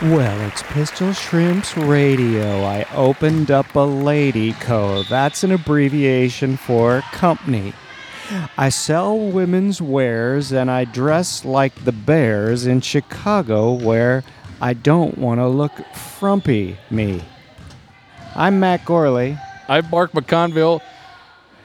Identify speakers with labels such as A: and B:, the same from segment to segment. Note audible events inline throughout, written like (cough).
A: Well, it's Pistol Shrimps Radio. I opened up a lady co. That's an abbreviation for company. I sell women's wares and I dress like the bears in Chicago where I don't want to look frumpy me. I'm Matt Gorley.
B: I'm Mark McConville.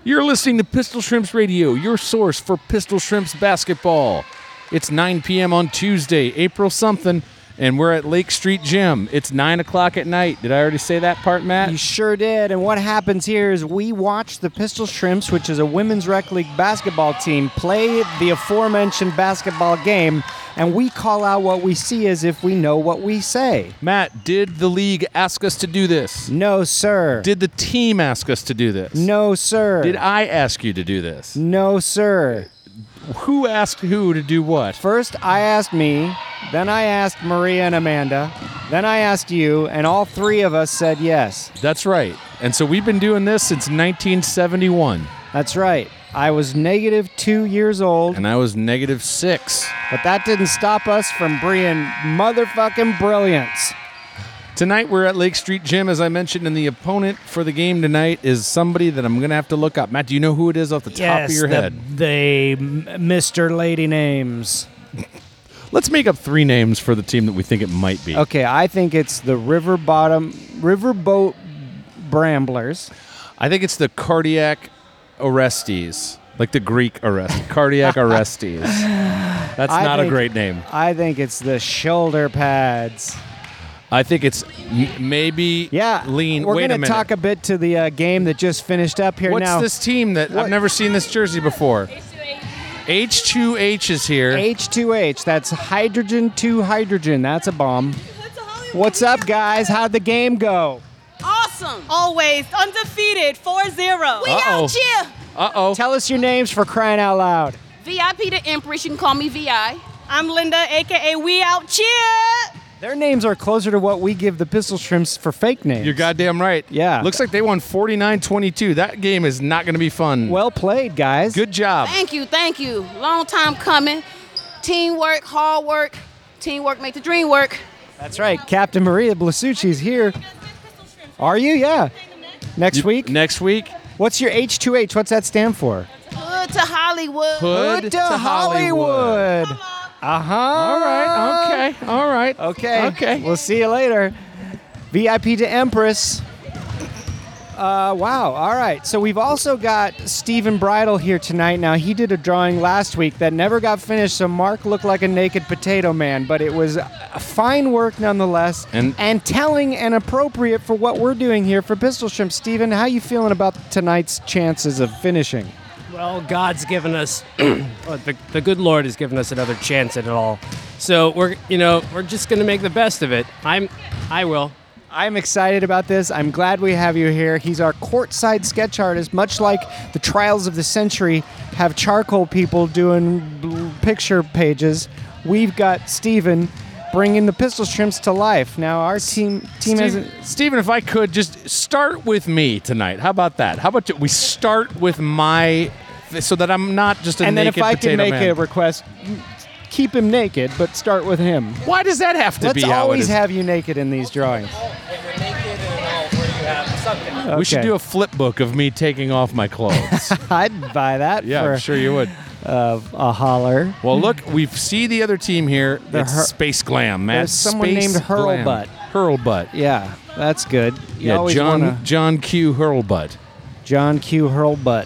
B: You're listening to Pistol Shrimps Radio, your source for Pistol Shrimps basketball. It's 9 p.m. on Tuesday, April something, and we're at Lake Street Gym. It's 9 o'clock at night. Did I already say that part,
A: You
B: Matt?
A: sure did. And what happens here is we watch the Pistol Shrimps, which is a women's rec league basketball team, play the aforementioned basketball game, and we call out what we see as if we know what we say.
B: Matt, did the league ask us to do this?
A: No, sir.
B: Did the team ask us to do this?
A: no, sir.
B: Did I ask you to do this?
A: no, sir.
B: Who asked who to do what?
A: First, I asked me, then I asked Maria and Amanda, then I asked you, and all three of us said yes.
B: That's right. And so we've been doing this since 1971,
A: That's right. I was negative two years old.
B: and I was negative six.
A: But that didn't stop us from being motherfucking brilliance.
B: Tonight we're at Lake Street Gym, as I mentioned, and the opponent for the game tonight is somebody that I'm gonna have to look up. Matt, do you know who it is off the top of your
A: the,
B: head?
A: the Mr. Lady names.
B: Let's make up three names for the team that we think it might be.
A: Okay, I think it's the River Bottom Riverboat Bramblers.
B: I think it's the Cardiac Orestes, like the Greek
A: (laughs)
B: Orestes, Cardiac Orestes. That's
A: I
B: not a
A: think-
B: great name.
A: I think it's the Shoulder Pads.
B: I think it's m- maybe
A: Yeah,
B: lean.
A: We're
B: Wait
A: gonna
B: a minute.
A: talk a bit to the uh, game that just finished up here
B: What's
A: now.
B: this team that
A: What-
B: I've never seen this jersey before? H2H is here.
A: H2H. That's hydrogen to hydrogen. That's a bomb. What's up, guys? How'd the game go?
C: Awesome. Always undefeated 4 0. We
B: Uh-oh.
C: out here.
B: Uh oh.
A: Tell us your names for crying out loud.
D: VIP the Empress. You can call me VI.
C: I'm Linda, aka We Out Cheer.
A: Their names are closer to what we give the pistol shrimps for fake names.
B: You're goddamn right.
A: Yeah.
B: Looks like they won 49 22. That game is not going to be fun.
A: well played, guys.
B: good job.
D: Thank you, thank you. Long time coming. Teamwork, hard work. Teamwork make the dream work.
A: That's right. Captain Maria Blasucci's here. Are you? Yeah. Next week.
B: Next week,
A: What's your H2H? What's that stand for?
D: Hood to Hollywood.
B: Hood to Hollywood.
A: Uh huh.
B: All right. Okay. All right.
A: Okay.
B: Okay.
A: We'll see you later. VIP to Empress. Uh, wow. All right. So we've also got Stephen Bridle here tonight. Now he did a drawing last week that never got finished, so Mark looked like a naked potato man, but it was uh, fine work nonetheless,
B: And-
A: telling and appropriate for what we're doing here for Pistol Shrimp. Stephen, how you feeling about tonight's chances of finishing?
E: Well, God's given us, (clears throat) well, the, the good Lord has given us another chance at it all. So we're, you know, we're just going to make the best of it. I'm, I will.
A: I'm excited about this. I'm glad we have you here. He's our courtside sketch artist, much like the Trials of the Century have charcoal people doing bl- picture pages. We've got Steven bringing the pistol shrimps to life. Now, our team team
B: Steven,
A: isn't.
B: Steven, if I could just start with me tonight. How about that? How about you- we start with my, so that I'm not just a
A: And then
B: naked
A: if I can
B: potato
A: make
B: man.
A: a request, keep him naked, but start with him.
B: Why does that have to
A: Let's
B: be how it
A: always
B: is?
A: have you naked in these drawings.
B: We should
A: Okay.
B: do a flip book of me taking off
A: (laughs)
B: my clothes.
A: I'd buy that
B: yeah,
A: for
B: I'm sure you would.
A: uh, a holler.
B: Well, look, we see the other team here.
A: The
B: it's
A: Hur-
B: Space Glam, man.
A: There's someone
B: Space
A: named
B: Glam.
A: Hurlbutt.
B: Hurlbutt.
A: Yeah, that's good. You
B: yeah,
A: always
B: John
A: wanna-
B: John Q. Hurlbutt.
A: John Q. Hurlbutt.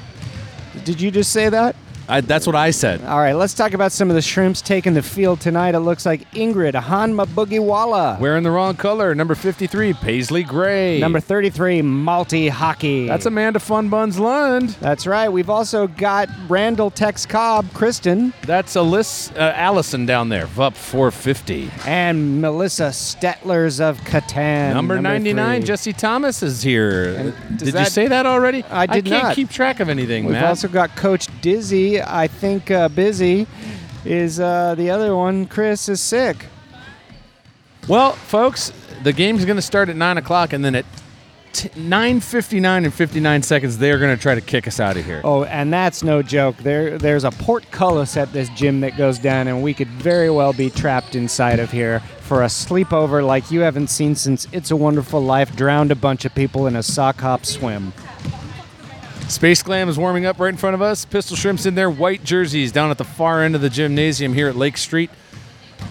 A: Did you just say that?
B: I, that's what I said.
A: All right, let's talk about some of the shrimps taking the field tonight. It looks like Ingrid Hanma Boogiewala.
B: Wearing the wrong color. Number 53, Paisley Gray.
A: Number 33, Malty Hockey.
B: That's Amanda Funbuns Lund.
A: That's right. We've also got Randall Tex Cobb, Kristen,
B: That's Alyssa, uh, Allison down there. Up 450.
A: and Melissa Stetlers of Catan.
B: Number, 99,
A: three.
B: Jesse Thomas is here.
A: does
B: did you
A: that-
B: say that already?
A: I did
B: can't
A: not.
B: keep track of anything,
A: We've
B: Matt.
A: also got Coach Dizzy. I think uh, Busy is uh, the other one. Chris is sick.
B: Well, folks, the game's going to start at 9 o'clock, and then at t- 9:59 and 59 seconds. They are going to try to kick us out of here.
A: Oh, and that's no joke. There, there's a portcullis at this gym that goes down, and we could very well be trapped inside of here for a sleepover like you haven't seen since It's a Wonderful Life drowned a bunch of people in a sock hop swim.
B: Space Glam is warming up right in front of us. Pistol Shrimps in their white jerseys down at the far end of the gymnasium here at Lake Street.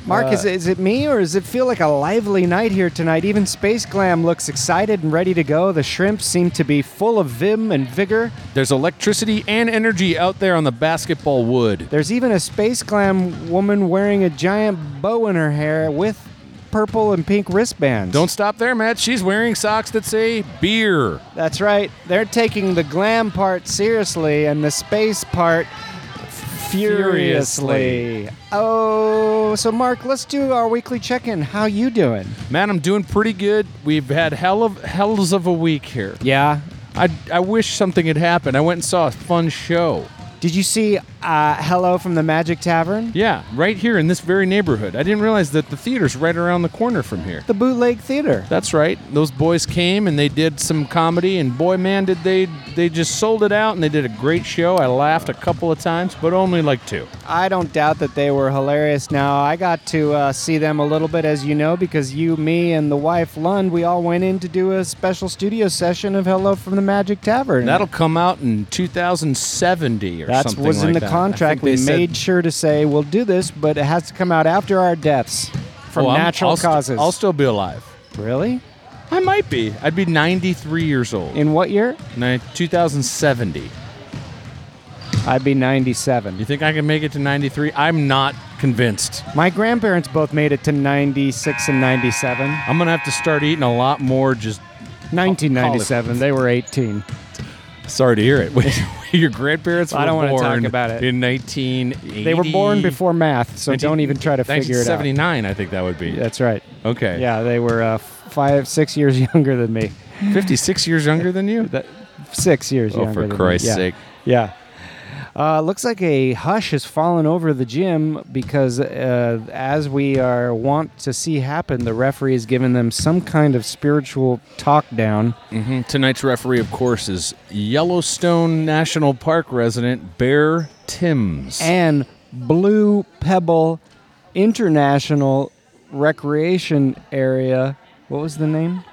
A: Mark, is, it, is it me or does it feel like a lively night here tonight? Even Space Glam looks excited and ready to go. The shrimps seem to be full of vim and vigor.
B: There's electricity and energy out there on the basketball wood.
A: There's even a Space Glam woman wearing a giant bow in her hair with purple and pink wristbands.
B: Don't stop there, Matt. She's wearing socks that say beer.
A: That's right. They're taking the glam part seriously and the space part furiously.
B: Furiously.
A: Oh, so Mark, let's do our weekly check-in. How you doing?
B: Matt, I'm doing pretty good. We've had hell of hells of a week here.
A: Yeah.
B: I, I wish something had happened. I went and saw a fun show.
A: Did you see uh, Hello from the Magic Tavern?
B: Yeah, right here in this very neighborhood. I didn't realize that the theater's right around the corner from here.
A: The Bootleg Theater.
B: That's right. Those boys came and they did some comedy, and boy, man, did they they just sold it out and they did a great show. I laughed a couple of times, but only like two.
A: I don't doubt that they were hilarious. Now, I got to uh, see them a little bit, as you know, because you, me, and the wife, Lund, we all went in to do a special studio session of Hello from the Magic Tavern.
B: That'll come out in 2070 or
A: That
B: something
A: was in
B: like
A: the
B: that. I
A: contract.
B: think they
A: We
B: said-
A: made sure to say we'll do this, but it has to come out after our deaths from
B: Oh, I'm-
A: natural
B: I'll st-
A: causes.
B: I'll still be alive.
A: really?
B: I might be. I'd be 93 years old.
A: In what year?
B: Ni- 2070.
A: I'd be
B: You
A: 97.
B: think I can make it to 93? I'm not convinced.
A: My grandparents both made it to 96 and 97.
B: I'm gonna have to start eating a lot more. Just
A: 1997. They were 18.
B: sorry to hear it. (laughs) Your grandparents.
A: I don't
B: were
A: wanna talk
B: born
A: about it.
B: In 1980.
A: They were born before math, so don't even try to figure it out.
B: 1979, I think that would be.
A: That's right.
B: Okay.
A: Yeah, they were uh, five, six years (laughs) younger than me.
B: 56 years younger than you. That,
A: Six years
B: Oh,
A: younger.
B: for
A: than me.
B: Christ's
A: Yeah.
B: sake.
A: Yeah. Uh, looks like a hush has fallen over the gym because, uh, as we are wont to see happen, the referee has given them some kind of spiritual talk down.
B: hmm Tonight's referee, of course, is Yellowstone National Park resident Bear Timms.
A: And Blue Pebble International Recreation Area, what was the name?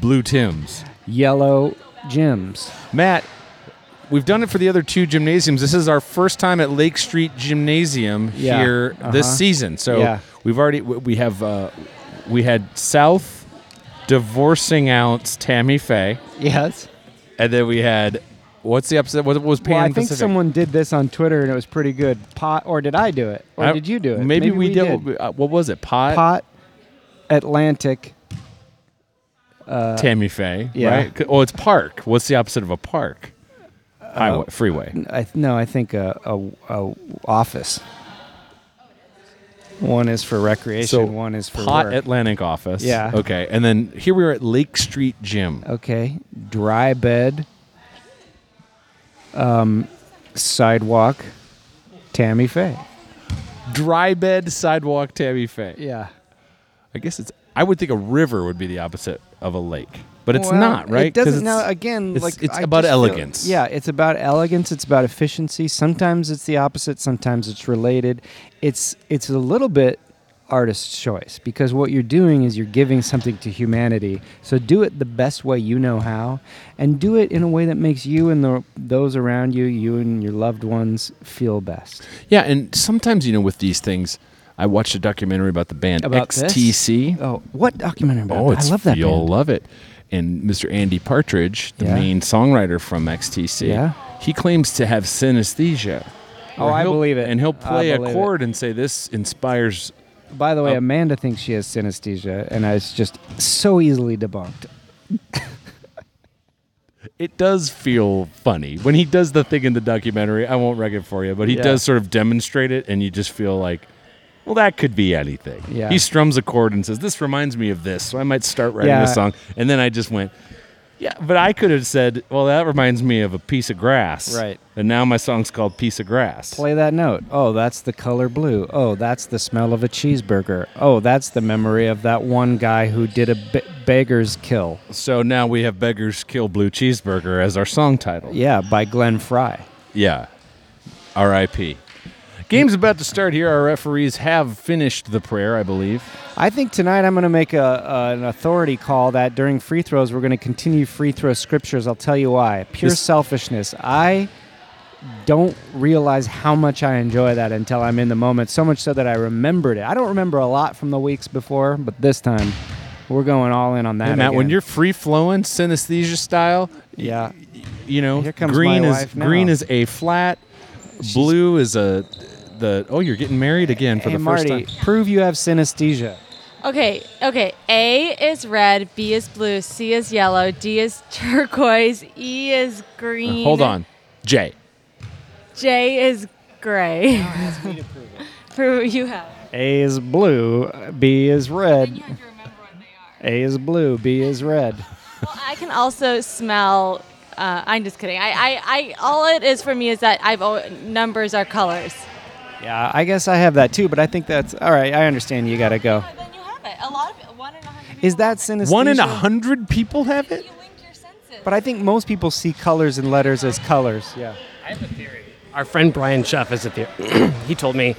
B: Blue Timms.
A: Yellow Gyms.
B: Matt, we've done it for the other two gymnasiums. This is our first time at Lake Street Gymnasium
A: Yeah,
B: here
A: uh-huh.
B: this season. So
A: Yeah.
B: we've already we we have uh, we had South divorcing out Tammy Faye,
A: Yes.
B: and then we had what's the upset? What was Pan
A: Well, I think
B: Pacific?
A: someone did this on Twitter and it was pretty good. Pot, or did I do it? Or
B: I-
A: did you do it?
B: Maybe, we, did. uh, what was it? Pot,
A: Pot Atlantic.
B: uh, Tammy Faye.
A: yeah.
B: Right? C- Oh, it's park. What's the opposite of a park?
A: Uh,
B: Highway, freeway.
A: I, th- no, I think uh, a, a, a office. One is for recreation. one is for
B: Pot
A: work.
B: Atlantic office.
A: Yeah.
B: Okay. And then here we are at Lake Street Gym.
A: okay, dry bed. Um, sidewalk. Tammy Faye.
B: dry bed sidewalk Tammy Faye.
A: Yeah,
B: I guess it's. I would think a river would be the opposite of a lake, but it's
A: Well,
B: not, right?
A: It
B: 'Cause
A: doesn't.
B: it's-
A: Now again,
B: it's-
A: like
B: it's
A: I
B: about
A: just feel-
B: elegance.
A: yeah, it's about elegance. It's about efficiency. Sometimes it's the opposite. Sometimes it's related. It's it's a little bit artist's choice because what you're doing is you're giving something to humanity. So do it the best way you know how, and do it in a way that makes you and the, those around you, you and your loved ones, feel best.
B: yeah. And sometimes you know, with these things, I watched a documentary about the band
A: About this?
B: XTC.
A: Oh, what documentary? About?
B: Oh, it's
A: I love that.
B: you'll
A: band.
B: love it. And Mr. Andy Partridge, the
A: Yeah.
B: main songwriter from XTC,
A: Yeah.
B: he claims to have synesthesia.
A: Oh,
B: Where
A: I
B: he'll-
A: believe it.
B: And he'll
A: I
B: play a
A: believe it.
B: chord and say, "This inspires."
A: By the way,
B: Oh.
A: Amanda thinks she has synesthesia, and it's just so easily debunked.
B: It does feel funny when he does the thing in the documentary. I won't wreck it for you, but he
A: Yeah.
B: does sort of demonstrate it, and you just feel like, well, that could be anything.
A: Yeah.
B: He strums a chord and says, "This reminds me of this," so I might start writing
A: Yeah.
B: this song, and then I just went, Yeah, but I could have said, well, that reminds me of a piece of grass.
A: Right.
B: And now my song's called Piece of Grass.
A: Play that note. Oh, that's the color blue. Oh, that's the smell of a cheeseburger. Oh, that's the memory of that one guy who did a be- beggar's kill.
B: So now we have Beggars Kill Blue Cheeseburger as our song title.
A: Yeah, by Glenn Fry.
B: Yeah. R.I.P. Game's about to start here. Our referees have finished the prayer, I believe.
A: I think tonight I'm going to make a, a- an authority call that during free throws we're going to continue free throw scriptures. I'll tell you why. Pure
B: This-
A: selfishness. I don't realize how much I enjoy that until I'm in the moment. So much so that I remembered it. I don't remember a lot from the weeks before, but this time we're going all in on that.
B: And Matt, when
A: again.
B: you're free flowing, synesthesia style,
A: yeah,
B: you know,
A: Here comes
B: green
A: my
B: is
A: wife now.
B: green is a flat, blue is a the. Oh, you're getting married again for
A: hey
B: the
A: Marty,
B: first time.
A: prove you have synesthesia.
F: Okay, okay. A is red, B is blue, C is yellow, D is (laughs) turquoise, E is green.
B: Hold on, Jay.
F: J is gray. (laughs) prove it. you have.
A: A is blue, B is red. A is blue, B is red.
F: Well, I can also smell. Uh, I'm just kidding. I, I, I, all it is for me is that I've al- numbers are colors.
A: Yeah, I guess I have that too, but I think that's all right. I understand you gotta go.
F: Then you have it. A lot of one in a hundred.
A: Is that synesthesia?
B: One in a hundred people have it.
F: link your senses.
A: But I think most people see colors and letters as colors. Yeah.
E: Our friend Brian Schuff has a theory. (clears throat) he told me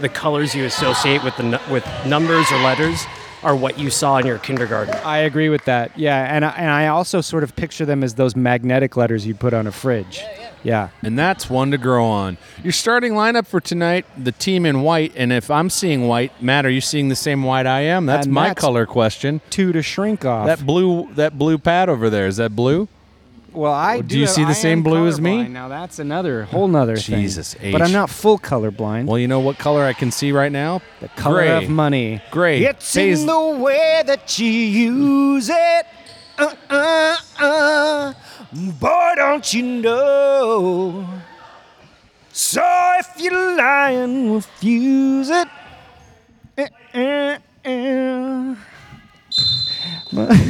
E: the colors you associate with the nu- with numbers or letters are what you saw in your kindergarten.
A: I agree with that. Yeah, and I, and I also sort of picture them as those magnetic letters you put on a fridge. Yeah.
B: And that's one to grow on. Your starting lineup for tonight, the team in white. And if I'm seeing white, Matt, are you seeing the same white I am? That's
A: And
B: my
A: that's-
B: color question.
A: Two to shrink off.
B: That blue, that blue pad over there, is that blue?
A: well, I do.
B: do you see the
A: I am
B: same blue as me?
A: colorblind. Now that's another whole nother thing.
B: Jesus H.
A: But I'm not full colorblind.
B: Well, you know what color I can see right now?
A: the color
B: gray.
A: of money.
B: Gray.
A: It's
B: Pays-
A: in the way that you use it. Uh, uh, uh. Boy, don't you know. So if you're lying, refuse it. Uh, uh, uh.
B: (laughs)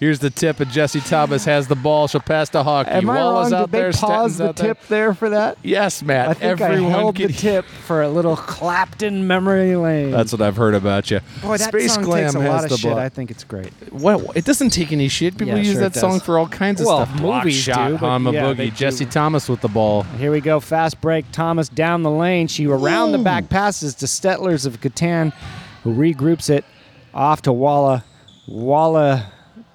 B: Here's the tip of Jesse Thomas has the ball. She'll pass to Hockey.
A: Am I wrong? Did they pause
B: Stanton's
A: the
B: out there.
A: tip there for that?
B: Yes, Matt.
A: I think I
B: Everyone
A: held
B: can-
A: the
B: (laughs)
A: tip for a little Clapton memory lane.
B: That's what I've heard about you.
A: Boy, that
B: Space
A: song
B: Glam
A: takes a
B: has
A: lot of
B: the
A: shit.
B: ball.
A: I think it's great.
B: Well, it doesn't take any shit. People
A: Yeah,
B: use
A: sure
B: that
A: it does.
B: song for all kinds of
A: Well,
B: stuff. Block
A: movies
B: shot,
A: do, but
B: Hama
A: yeah, they
B: Boogie,
A: do.
B: Jesse Thomas with the ball.
A: Here we go. Fast break. Thomas down the lane. She around the back passes to Stetlers of Catan, who regroups it off to Walla. Walla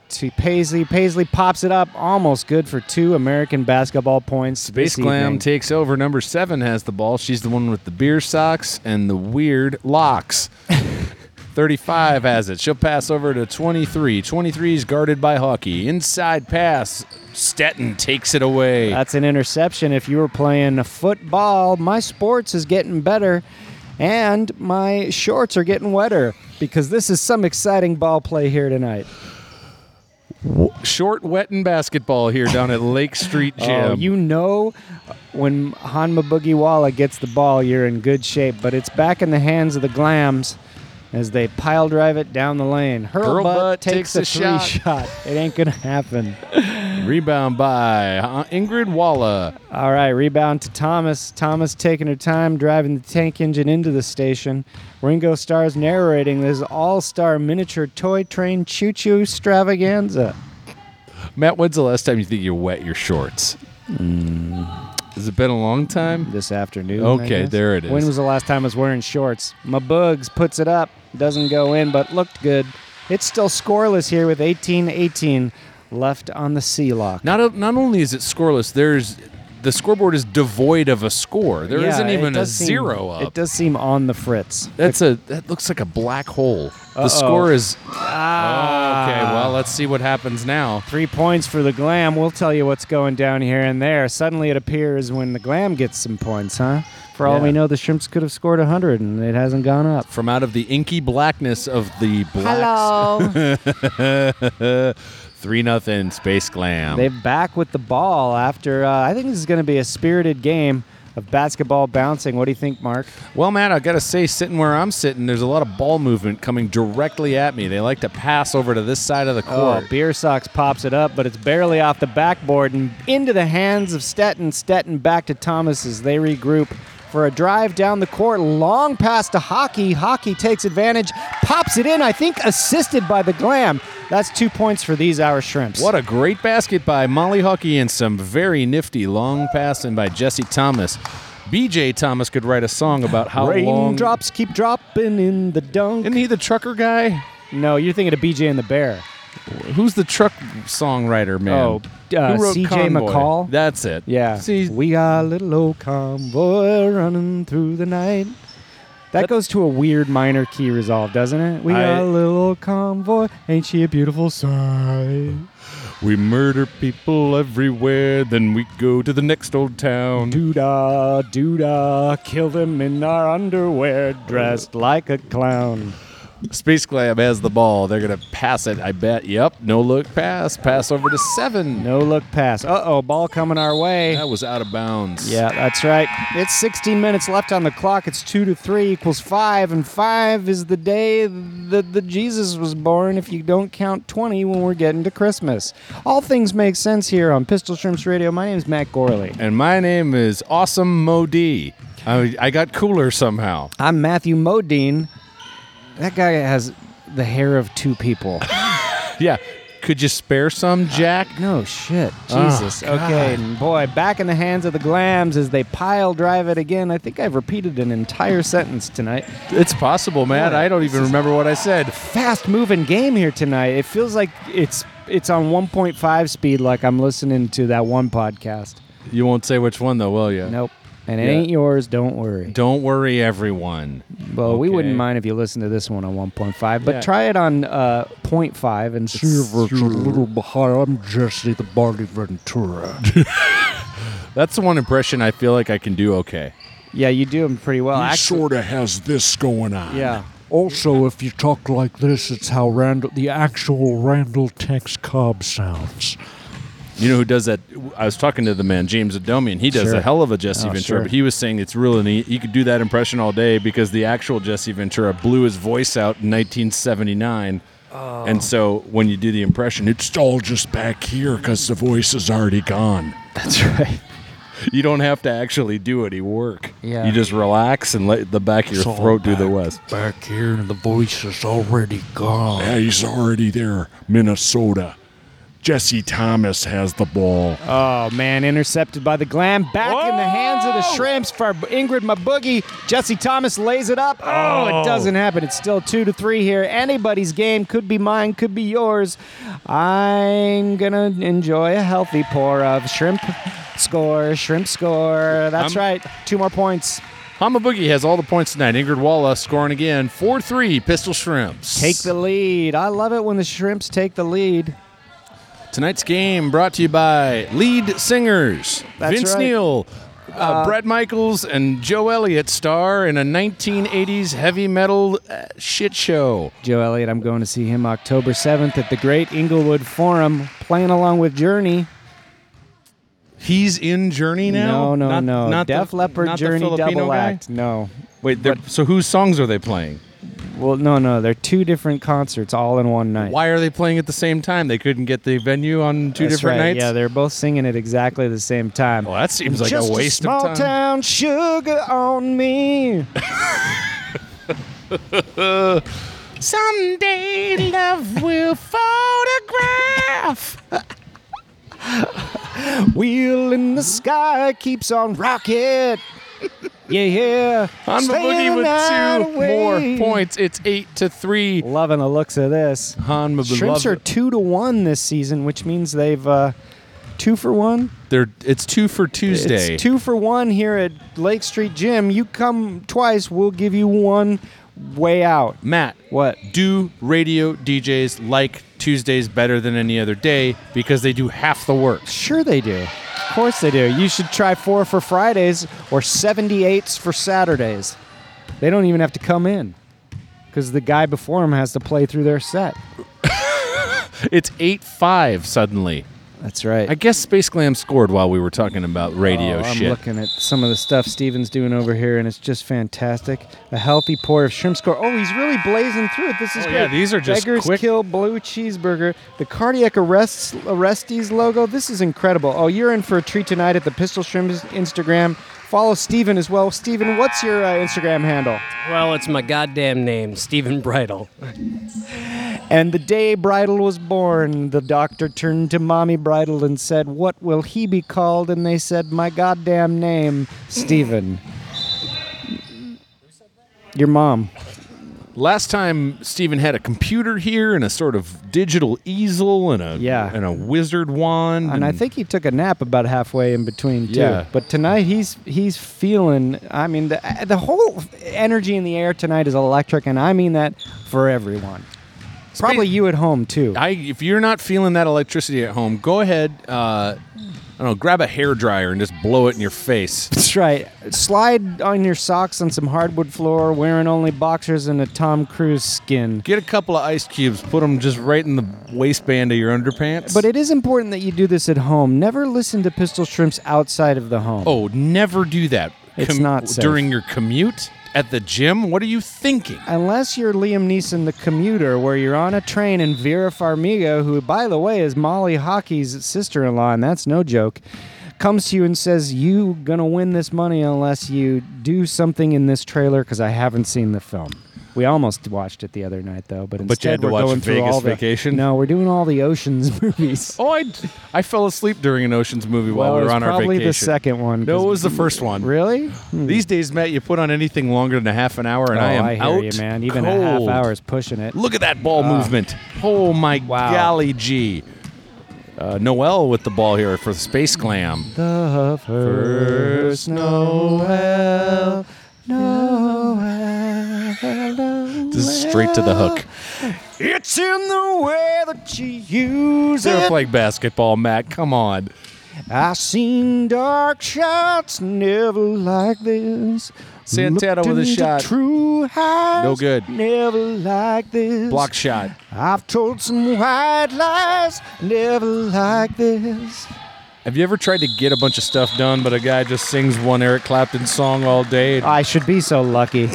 A: to Paisley. Paisley pops it up. Almost good for two American basketball points.
B: Space
A: this
B: Glam
A: evening.
B: takes over. Number seven has the ball. She's the one with the beer socks and the weird locks. (laughs) 35 has it. She'll pass over to 23. 23 is guarded by Hockey. Inside pass. Stetton takes it away.
A: That's an interception. If you were playing football, my sports is getting better and my shorts are getting wetter because this is some exciting ball play here tonight.
B: Short, wet, and basketball here down at Lake Street Gym.
A: (laughs) Oh, you know, when Hanma Boogiewala gets the ball, you're in good shape, but it's back in the hands of the Glams as they pile drive it down the lane. Hurlbutt
B: Hurlbutt
A: takes,
B: takes
A: a,
B: a
A: three
B: shot.
A: shot. It ain't going to happen.
B: Rebound by uh, Ingrid Walla.
A: All right, rebound to Thomas. Thomas taking her time, driving the tank engine into the station. Ringo Starr's narrating this all star miniature toy train choo choo extravaganza.
B: Matt, when's the last time you think you wet your shorts?
A: Mm.
B: Has it been a long time?
A: This afternoon. I
B: Okay,
A: guess.
B: there it is.
A: When was the last time I was wearing shorts? My bugs puts it up, doesn't go in, but looked good. It's still scoreless here with 18 18 left on the sea lock.
B: Not o- not only is it scoreless, there's the scoreboard is devoid of a score. There
A: Yeah,
B: not
A: it
B: even a
A: does seem-
B: zero up.
A: It does seem on the fritz.
B: That's a that looks like a black hole. The score is
A: Ah.
B: okay. Well, let's see what happens now.
A: Three points for the glam. We'll tell you what's going down here and there. Suddenly it appears when the glam gets some points, huh? For all
B: Yeah.
A: we know, the shrimps could have scored 100 and it hasn't gone up.
B: From out of the inky blackness of the blacks,
A: (laughs)
B: uh,
F: Hello.
B: three nothing space glam.
A: They're back with the ball after, uh, I think this is going to be a spirited game. of basketball bouncing. What do you think, Mark?
B: Well, Matt, I gotta say, sitting where I'm sitting, there's a lot of ball movement coming directly at me. They like to pass over to this side of the
A: Oh,
B: court.
A: Beer Sox pops it up, but it's barely off the backboard and into the hands of Stetton. Stetton back to Thomas as they regroup for a drive down the court. Long pass to Hockey. Hockey takes advantage, pops it in, I think assisted by the glam. That's two points for these Our Shrimps.
B: What a great basket by Molly Hockey and some very nifty long passing by Jesse Thomas. BJ Thomas could write a song about how long.
A: Raindrops keep dropping in the dunk.
B: Isn't he the trucker guy?
A: no, you're thinking of BJ and the Bear.
B: Who's the truck songwriter, man?
A: Oh, uh,
B: Who wrote
A: CJ
B: Convoy?
A: McCall?
B: That's it.
A: Yeah.
B: See,
A: we got a little old convoy running through the night. That goes to a weird minor key resolve, doesn't it? We
B: I-
A: got a little old convoy. Ain't she a beautiful sight?
B: we murder people everywhere, then we go to the next old town.
A: Doo da, doo da, kill them in our underwear, dressed like a clown.
B: Space Glam has the ball. They're going to pass it, I bet. Yep. No look pass. Pass over to seven.
A: No look pass. Uh oh, ball coming our way.
B: That was out of bounds.
A: Yeah, that's right. It's 16 minutes left on the clock. It's 2 to 3 equals 5, and 5 is the day that the Jesus was born if you don't count 20 when we're getting to Christmas. All things make sense here on Pistol Shrimps Radio. My name's Matt Gorley.
B: And my name is Awesome Modi. I, I got cooler somehow.
A: I'm Matthew Modine. That guy has the hair of two people.
B: Yeah. Could you spare some, Jack?
A: No (laughs) shit. Jesus. okay. And boy, back in the hands of the glams as they pile drive it again. I think I've repeated an entire sentence tonight.
B: It's possible, man. I don't even remember what I said.
A: fast moving game here tonight. It feels like it's it's on 1.5 speed like I'm listening to that one podcast.
B: You won't say which one, though, will you?
A: Nope. And it
B: Yeah.
A: ain't yours, don't worry.
B: Don't worry, everyone.
A: well, we wouldn't
B: okay.
A: mind if you listened to this one on 1.5, but
B: Yeah.
A: try it on uh, 0.5 and see if it's a little behind. I'm Jesse the Barney Ventura.
B: That's the one impression I feel like I can do okay.
A: yeah, you do them pretty well. Actually,
G: sort of has this going on.
A: yeah.
G: Also, if you talk like this, it's how Randall, the actual Randall Tex Cobb sounds.
B: You know who does that? I was talking to the man James Adomian. He does
A: Sure.
B: a hell of a Jesse
A: Oh,
B: Ventura.
A: sure.
B: But he was saying it's really neat. You could do that impression all day because the actual Jesse Ventura blew his voice out in 1979.
A: Oh.
B: And so when you do the impression, it's
G: It's all just back here because the voice is already gone.
A: (laughs) That's right.
B: you don't have to actually do any work.
A: Yeah.
B: You just relax and let the back of your
G: It's all
B: throat do the
G: back-
B: rest.
G: Back here, and the voice is already gone. Yeah, he's already there, Minnesota. Jesse Thomas has the ball.
B: Uh,
A: Oh man, intercepted by the glam. Back in the hands of the shrimps for Ingrid Maboogie. Jesse Thomas lays it up. Oh, it doesn't happen. It's still two to three here. Anybody's game could be mine, could be yours. I'm gonna enjoy a healthy pour of shrimp score, shrimp score. That's
B: I'm-
A: right. Two more points.
B: Hama Boogie has all the points tonight. Ingrid Walla scoring again. 4 3, Pistol Shrimps.
A: Take the lead. I love it when the shrimps take the lead.
B: Tonight's game brought to you by lead singers
A: That's
B: Vince
A: right.
B: Neil, uh, Brett Michaels, and Joe Elliott star in a 1980s heavy metal uh, shit show.
A: Joe Elliott, I'm going to see him October 7th at the Great Inglewood Forum, playing along with Journey.
B: He's in Journey
A: No,
B: now.
A: no,
B: Not-
A: no.
B: Not
A: Def
B: the,
A: Leppard
B: not the
A: Journey
B: Filipino
A: double
B: guy?
A: act. No.
B: Wait, they're- so whose songs are they playing?
A: Well, no, no. They're two different concerts all in one night.
B: Why are they playing at the same time? They couldn't get the venue on two
A: That's
B: different
A: right.
B: nights.
A: Yeah, they're both singing at exactly the same time.
B: well, that seems like
A: Just
B: a waste
A: small
B: of time.
A: town sugar on
B: (laughs)
A: me.
B: Someday love will photograph.
A: Wheel in the sky keeps on
B: (laughs)
A: rocket. Yeah, yeah.
B: On
A: Stay
B: the boogie
A: the night
B: with two
A: away.
B: more points. It's eight to three.
A: Loving the looks of this.
B: Han
A: Shrimps are
B: Mabulov.
A: two to one this season, which means they've uh, two for one.
B: They're it's two for Tuesday.
A: It's two for one here at Lake Street Gym. You come twice, we'll give you one way out.
B: Matt,
A: What?
B: do radio DJs like Tuesdays better than any other day because they do half the work?
A: Sure they do. Of course they do. You should try four for Fridays or 78s for Saturdays. They don't even have to come in because the guy before him has to play through their set.
B: It's eight five suddenly.
A: That's right.
B: I guess Space Glam scored while we were talking about radio
A: Oh, I'm
B: shit.
A: looking at some of the stuff Steven's doing over here, and it's just fantastic. A healthy pour of shrimp score. Oh, he's really blazing through it. This is
B: Oh,
A: great.
B: yeah, these are just
A: Beggars
B: quick.
A: Kill Blue Cheeseburger. The Cardiac Arrests Arrestees logo. This is incredible. Oh, you're in for a treat tonight at the Pistol Shrimp Instagram. Follow Steven as well. Steven, what's your uh, Instagram handle?
E: Well, it's my goddamn name, Stephen Bridle.
A: And the day Bridal was born, the doctor turned to Mommy Bridal and said, What will he be called? And they said, My goddamn name, Steven. Your mom.
B: Last time Steven had a computer here and a sort of digital easel and a
A: Yeah.
B: and a wizard wand.
A: And I think he took a nap about halfway in between too.
B: Yeah.
A: But tonight he's he's feeling. I mean, the the whole energy in the air tonight is electric, and I mean that for everyone. Probably you at home too.
B: I if you're not feeling that electricity at home, go ahead uh I don't know, grab a hair dryer and just blow it in your face.
A: That's right. Slide on your socks on some hardwood floor, wearing only boxers and a Tom Cruise skin.
B: Get a couple of ice cubes, put them just right in the waistband of your underpants.
A: But it is important that you do this at home. Never listen to Pistol Shrimps outside of the home.
B: oh, never do that.
A: It's not safe.
B: during your commute at the gym. What are you thinking?
A: Unless you're Liam Neeson, the commuter, where you're on a train and Vera Farmiga, who, by the way, is Molly Hockey's sister in law, and that's no joke, comes to you and says, You gonna win this money unless you do something in this trailer, because I haven't seen the film. We almost watched it the other night, though, but
B: But you had
A: instead
B: to
A: we're
B: watch
A: going through
B: Vegas
A: all the,
B: Vacation?
A: No, we're doing all the Ocean's (laughs) movies.
B: Oh, I, I fell asleep during an Oceans movie
A: well,
B: while we
A: it was
B: were on our
A: probably
B: vacation.
A: the second one.
B: No,
A: 'cause-
B: it was the first one.
A: Really?
B: These days, Matt, you put on anything longer than a half an hour, and
A: Hmm. oh,
B: I am
A: hear
B: out.
A: you, man. Even
B: cold.
A: a half hour is pushing it.
B: Look at that ball movement. Oh my
A: Wow.
B: golly gee. Uh, Noel with the ball here for the Space Glam.
A: The first Noel, Noel.
B: This is straight to the hook.
A: It's in the way that you use
B: They're
A: it.
B: playing basketball, Matt. Come on.
A: I seen dark shots never like this.
B: Santana
A: Looked
B: with a
A: into
B: shot.
A: True highs,
B: No good.
A: Never like this.
B: Block shot.
A: I've told some white lies, never like this.
B: Have you ever tried to get a bunch of stuff done, but a guy just sings one Eric Clapton song all day?
A: I should be so lucky.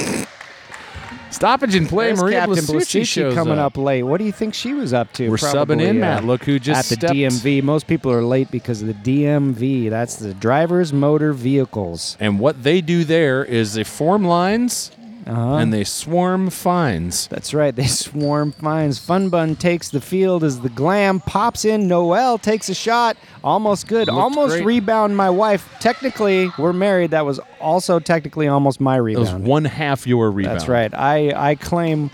B: Stoppage and play.
A: There's
B: Maria
A: Captain
B: Blasucci
A: Blasucci
B: shows
A: coming
B: up.
A: up. late. What do you think she was up to?
B: We're subbing in,
A: uh,
B: Matt. Look who just
A: at the
B: stepped.
A: DMV. Most people are late because of the DMV. That's the Drivers Motor Vehicles.
B: And what they do there is they form lines
A: Uh-huh.
B: and they swarm fines.
A: That's right. They (laughs) swarm fines. Fun Bun takes the field as the glam pops in. Noel takes a shot. Almost good.
B: Looked
A: almost
B: great.
A: rebound. My wife. Technically, we're married. That was also technically almost my
B: It was
A: rebound.
B: one half your rebound.
A: That's right. I I claim.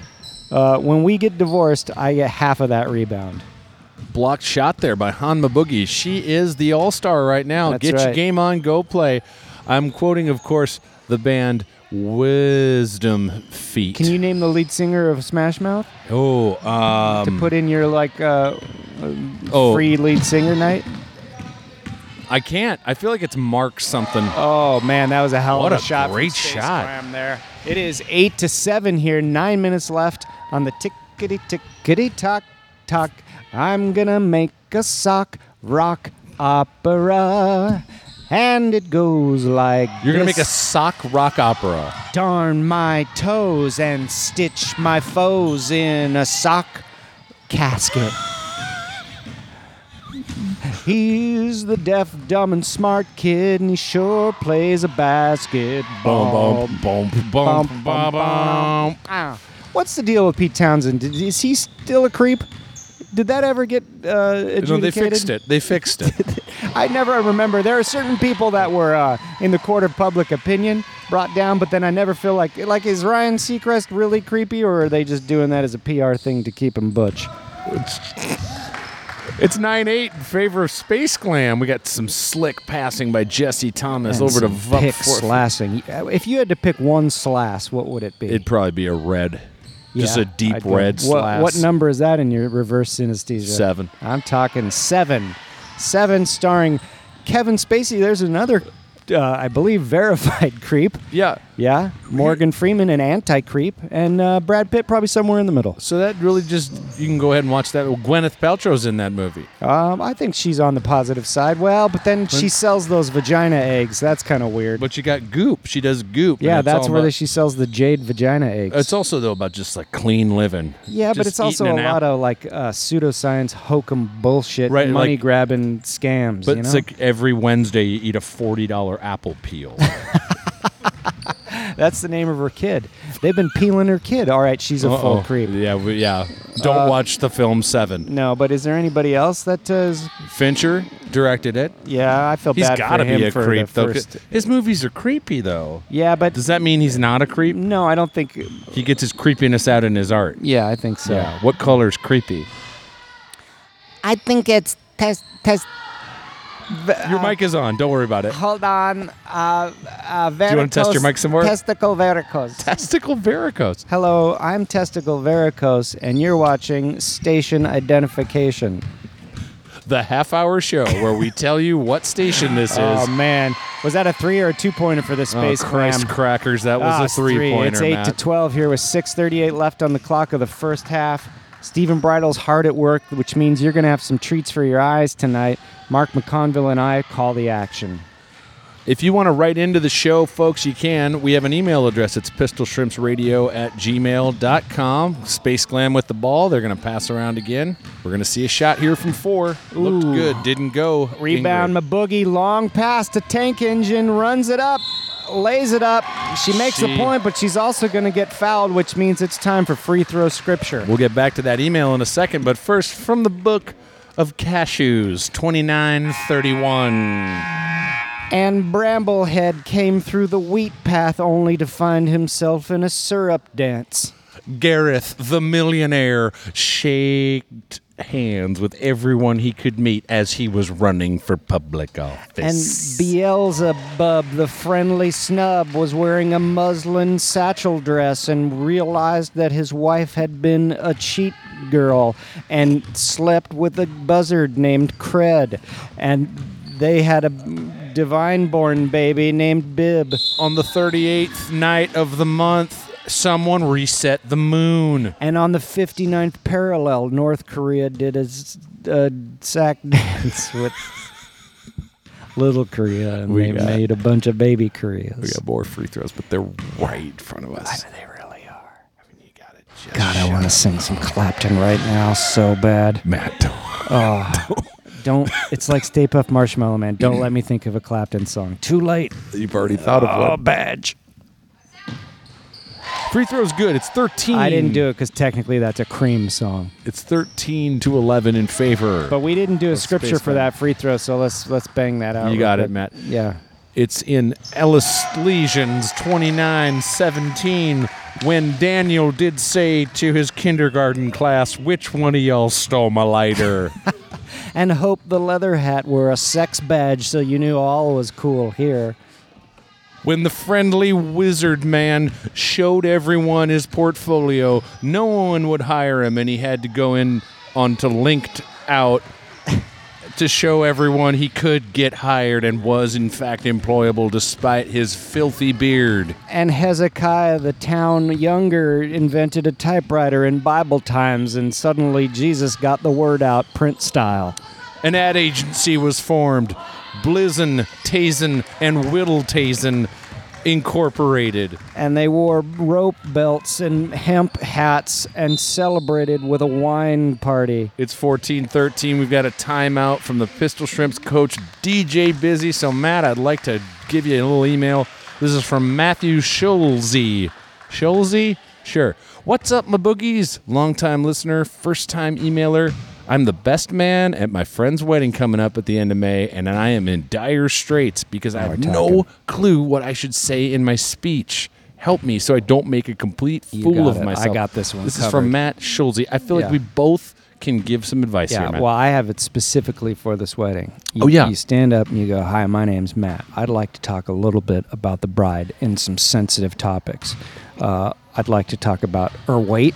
A: Uh, when we get divorced, I get half of that rebound.
B: Blocked shot there by Hanma Boogie. She is the all star right now.
A: That's
B: Get your
A: right.
B: game on, go play. I'm quoting, of course, the band Wisdom Feet.
A: Can you name the lead singer of Smash Mouth?
B: Oh, um,
A: to put in your like uh,
B: oh,
A: free lead singer night.
B: I can't. I feel like it's Mark something.
A: Oh man, that was a hell
B: What
A: of
B: a
A: a shot!
B: great
A: from Space
B: shot.
A: Jam there. It is eight to seven here. Nine minutes left on the tickety tickety tock tock. I'm gonna make a sock rock opera, and it goes like
B: You're gonna
A: this.
B: make a sock rock opera.
A: darn my toes and stitch my foes in a sock casket. He's the deaf, dumb, and smart kid, and he sure plays a basketball.
G: Bum, bum, bum,
A: Bum,
G: bum.
A: bum, bum. Ah. What's the deal with Pete Townsend? Did- Is he still a creep? Did that ever get uh, adjudicated?
B: No, they fixed it. They fixed it.
A: (laughs) I never remember. There are certain people that were uh, in the court of public opinion brought down, but then I never feel like like is Ryan Seacrest really creepy, or are they just doing that as a PR thing to keep him butch?
B: It's 9 8 in favor of Space Glam. We got some slick passing by Jesse Thomas
A: And
B: over to
A: some
B: Vup
A: pick
B: Forth.
A: slashing. If you had to pick one slash, what would it be?
B: It'd probably be a red. just
A: Yeah,
B: a deep
A: I'd go-
B: red
A: what,
B: slash.
A: What number is that in your reverse synesthesia?
B: Seven.
A: I'm talking seven. Seven starring Kevin Spacey. There's another uh, I believe, verified (laughs) creep.
B: Yeah.
A: Yeah. Morgan Freeman, an anti creep. And uh, Brad Pitt, probably somewhere in the middle.
B: So that really just you can go ahead and watch that. Gwyneth Paltrow's in that movie.
A: Um, I think she's on the positive side. Well, but then she sells those vagina eggs. That's kind of weird.
B: But she got goop. She does goop. and
A: yeah,
B: it's
A: that's
B: all
A: where
B: about-
A: she sells the jade vagina eggs.
B: It's also though about just like clean living.
A: yeah, but
B: Just
A: it's also a
B: eating an
A: lot
B: apple.
A: of like uh, pseudoscience, hokum bullshit,
B: Right,
A: money
B: like-
A: grabbing scams.
B: But
A: you
B: it's
A: know?
B: like every Wednesday you eat a forty dollar apple
A: (laughs)
B: peel.
A: That's the name of her kid. They've been peeling her kid. All right, she's a full
B: Uh-oh.
A: creep. Uh,
B: Yeah, we, yeah. Don't watch the film Seven.
A: No, but is there anybody else that uh, is?
B: Fincher directed it.
A: Yeah, I feel
B: He's
A: bad
B: got to
A: for him
B: be a
A: for
B: creep
A: the
B: though. 'cause
A: first.
B: His movies are creepy though.
A: Yeah, but
B: Does that mean he's not a creep?
A: no, I don't think.
B: He gets his creepiness out in his art.
A: Yeah, I think so.
B: Yeah. What color's creepy?
A: I think it's test test. Uh,
B: Your mic is on. Don't worry about it.
A: Hold on, uh, uh,
B: you wanna test your varicose- mic some more?
A: Testicle varicose.
B: Testicle varicose.
A: Hello, I'm Testicle Varicose, and you're watching Station Identification.
B: The half hour show where we tell you what station this is.
A: Oh man, was that a three or a two pointer for this
B: Oh,
A: space
B: Christ
A: cram?
B: crackers. That was
A: Ah,
B: a
A: it's
B: three, pointer.
A: It's eight to twelve here with six thirty-eight left on the clock of the first half. Stephen Bridle's hard at work, which means you're going to have some treats for your eyes tonight. Mark McConville and I call the action.
B: If you want to write into the show, folks, you can. We have an email address. It's pistolshrimpsradio at gmail.com. Space Glam with the ball. They're going to pass around again. We're going to see a shot here from four. Looked
A: Ooh.
B: good. Didn't go.
A: Rebound,
B: Ingrid.
A: my boogie. Long pass to Tank Engine. Runs it up, lays it up. She makes
B: She-
A: a point, but she's also going to get fouled, which means it's time for free throw scripture.
B: We'll get back to that email in a second. But first, from the book of cashews 2931.
A: And Bramblehead came through the wheat path only to find himself in a syrup dance.
B: Gareth, the millionaire, shaked hands with everyone he could meet as he was running for public
A: And
B: office.
A: Beelzebub, the friendly snub, was wearing a muslin satchel dress and realized that his wife had been a cheat girl and slept with a buzzard named Cred. And they had a divine born baby named Bib.
B: on the 38th night of the month, someone reset the moon.
A: And on the 59th parallel, North Korea did a, s- a sack (laughs) dance with Little Korea, and
B: We
A: they
B: got-
A: made a bunch of baby Koreas.
B: We got more free throws, but they're right in front of us.
A: They really are.
B: You got it. Just
A: God, I want to sing some Clapton right now so bad.
B: Matt. don't-
A: Don't. It's like Stay Puft Marshmallow Man. Don't let me think of a Clapton song. Too late.
B: You've already thought of one.
A: Oh, badge.
B: Free throw's good. It's 13.
A: I didn't do it because technically that's a cream song.
B: It's 13 to 11 in favor.
A: But we didn't do a scripture
B: space
A: for
B: that.
A: that free throw, so let's let's bang that out.
B: You
A: real
B: got it,
A: quick.
B: Matt.
A: Yeah.
B: It's in Ellis Lesions 2917 when Daniel did say to his kindergarten class, Which one of y'all stole
A: (laughs)
B: my lighter?
A: and hope the leather hat were a sex badge so you knew all was cool here.
B: when the friendly wizard man showed everyone his portfolio, no one would hire him, and he had to go in onto Linked Out to show everyone he could get hired and was, in fact, employable despite his filthy beard.
A: And Hezekiah the town younger invented a typewriter in Bible times, and suddenly Jesus got the word out print style.
B: An ad agency was formed, Blizzen, Tazen, and Whittle Tazen Incorporated.
A: And they wore rope belts and hemp hats and celebrated with a wine party.
B: It's 14-13. We've got a timeout from the Pistol Shrimps coach DJ Busy. So Matt, I'd like to give you a little email. This is from Matthew Schulze. Schulze? Sure. What's up, my boogies? Longtime listener, first time emailer. I'm the best man at my friend's wedding coming up at the end of May, and I am in dire straits because I have no clue what I should say in my speech. Help me so I don't make a complete fool
A: got
B: of
A: it. I
B: myself.
A: got this one
B: This is from
A: covered.
B: Matt Schulze. I feel
A: Yeah.
B: like we both can give some advice here, Matt.
A: well, I have it specifically for this wedding. You,
B: Oh, yeah.
A: You stand up and you go, Hi, my name's Matt. I'd like to talk a little bit about the bride and some sensitive topics. Uh, I'd like to talk about her weight.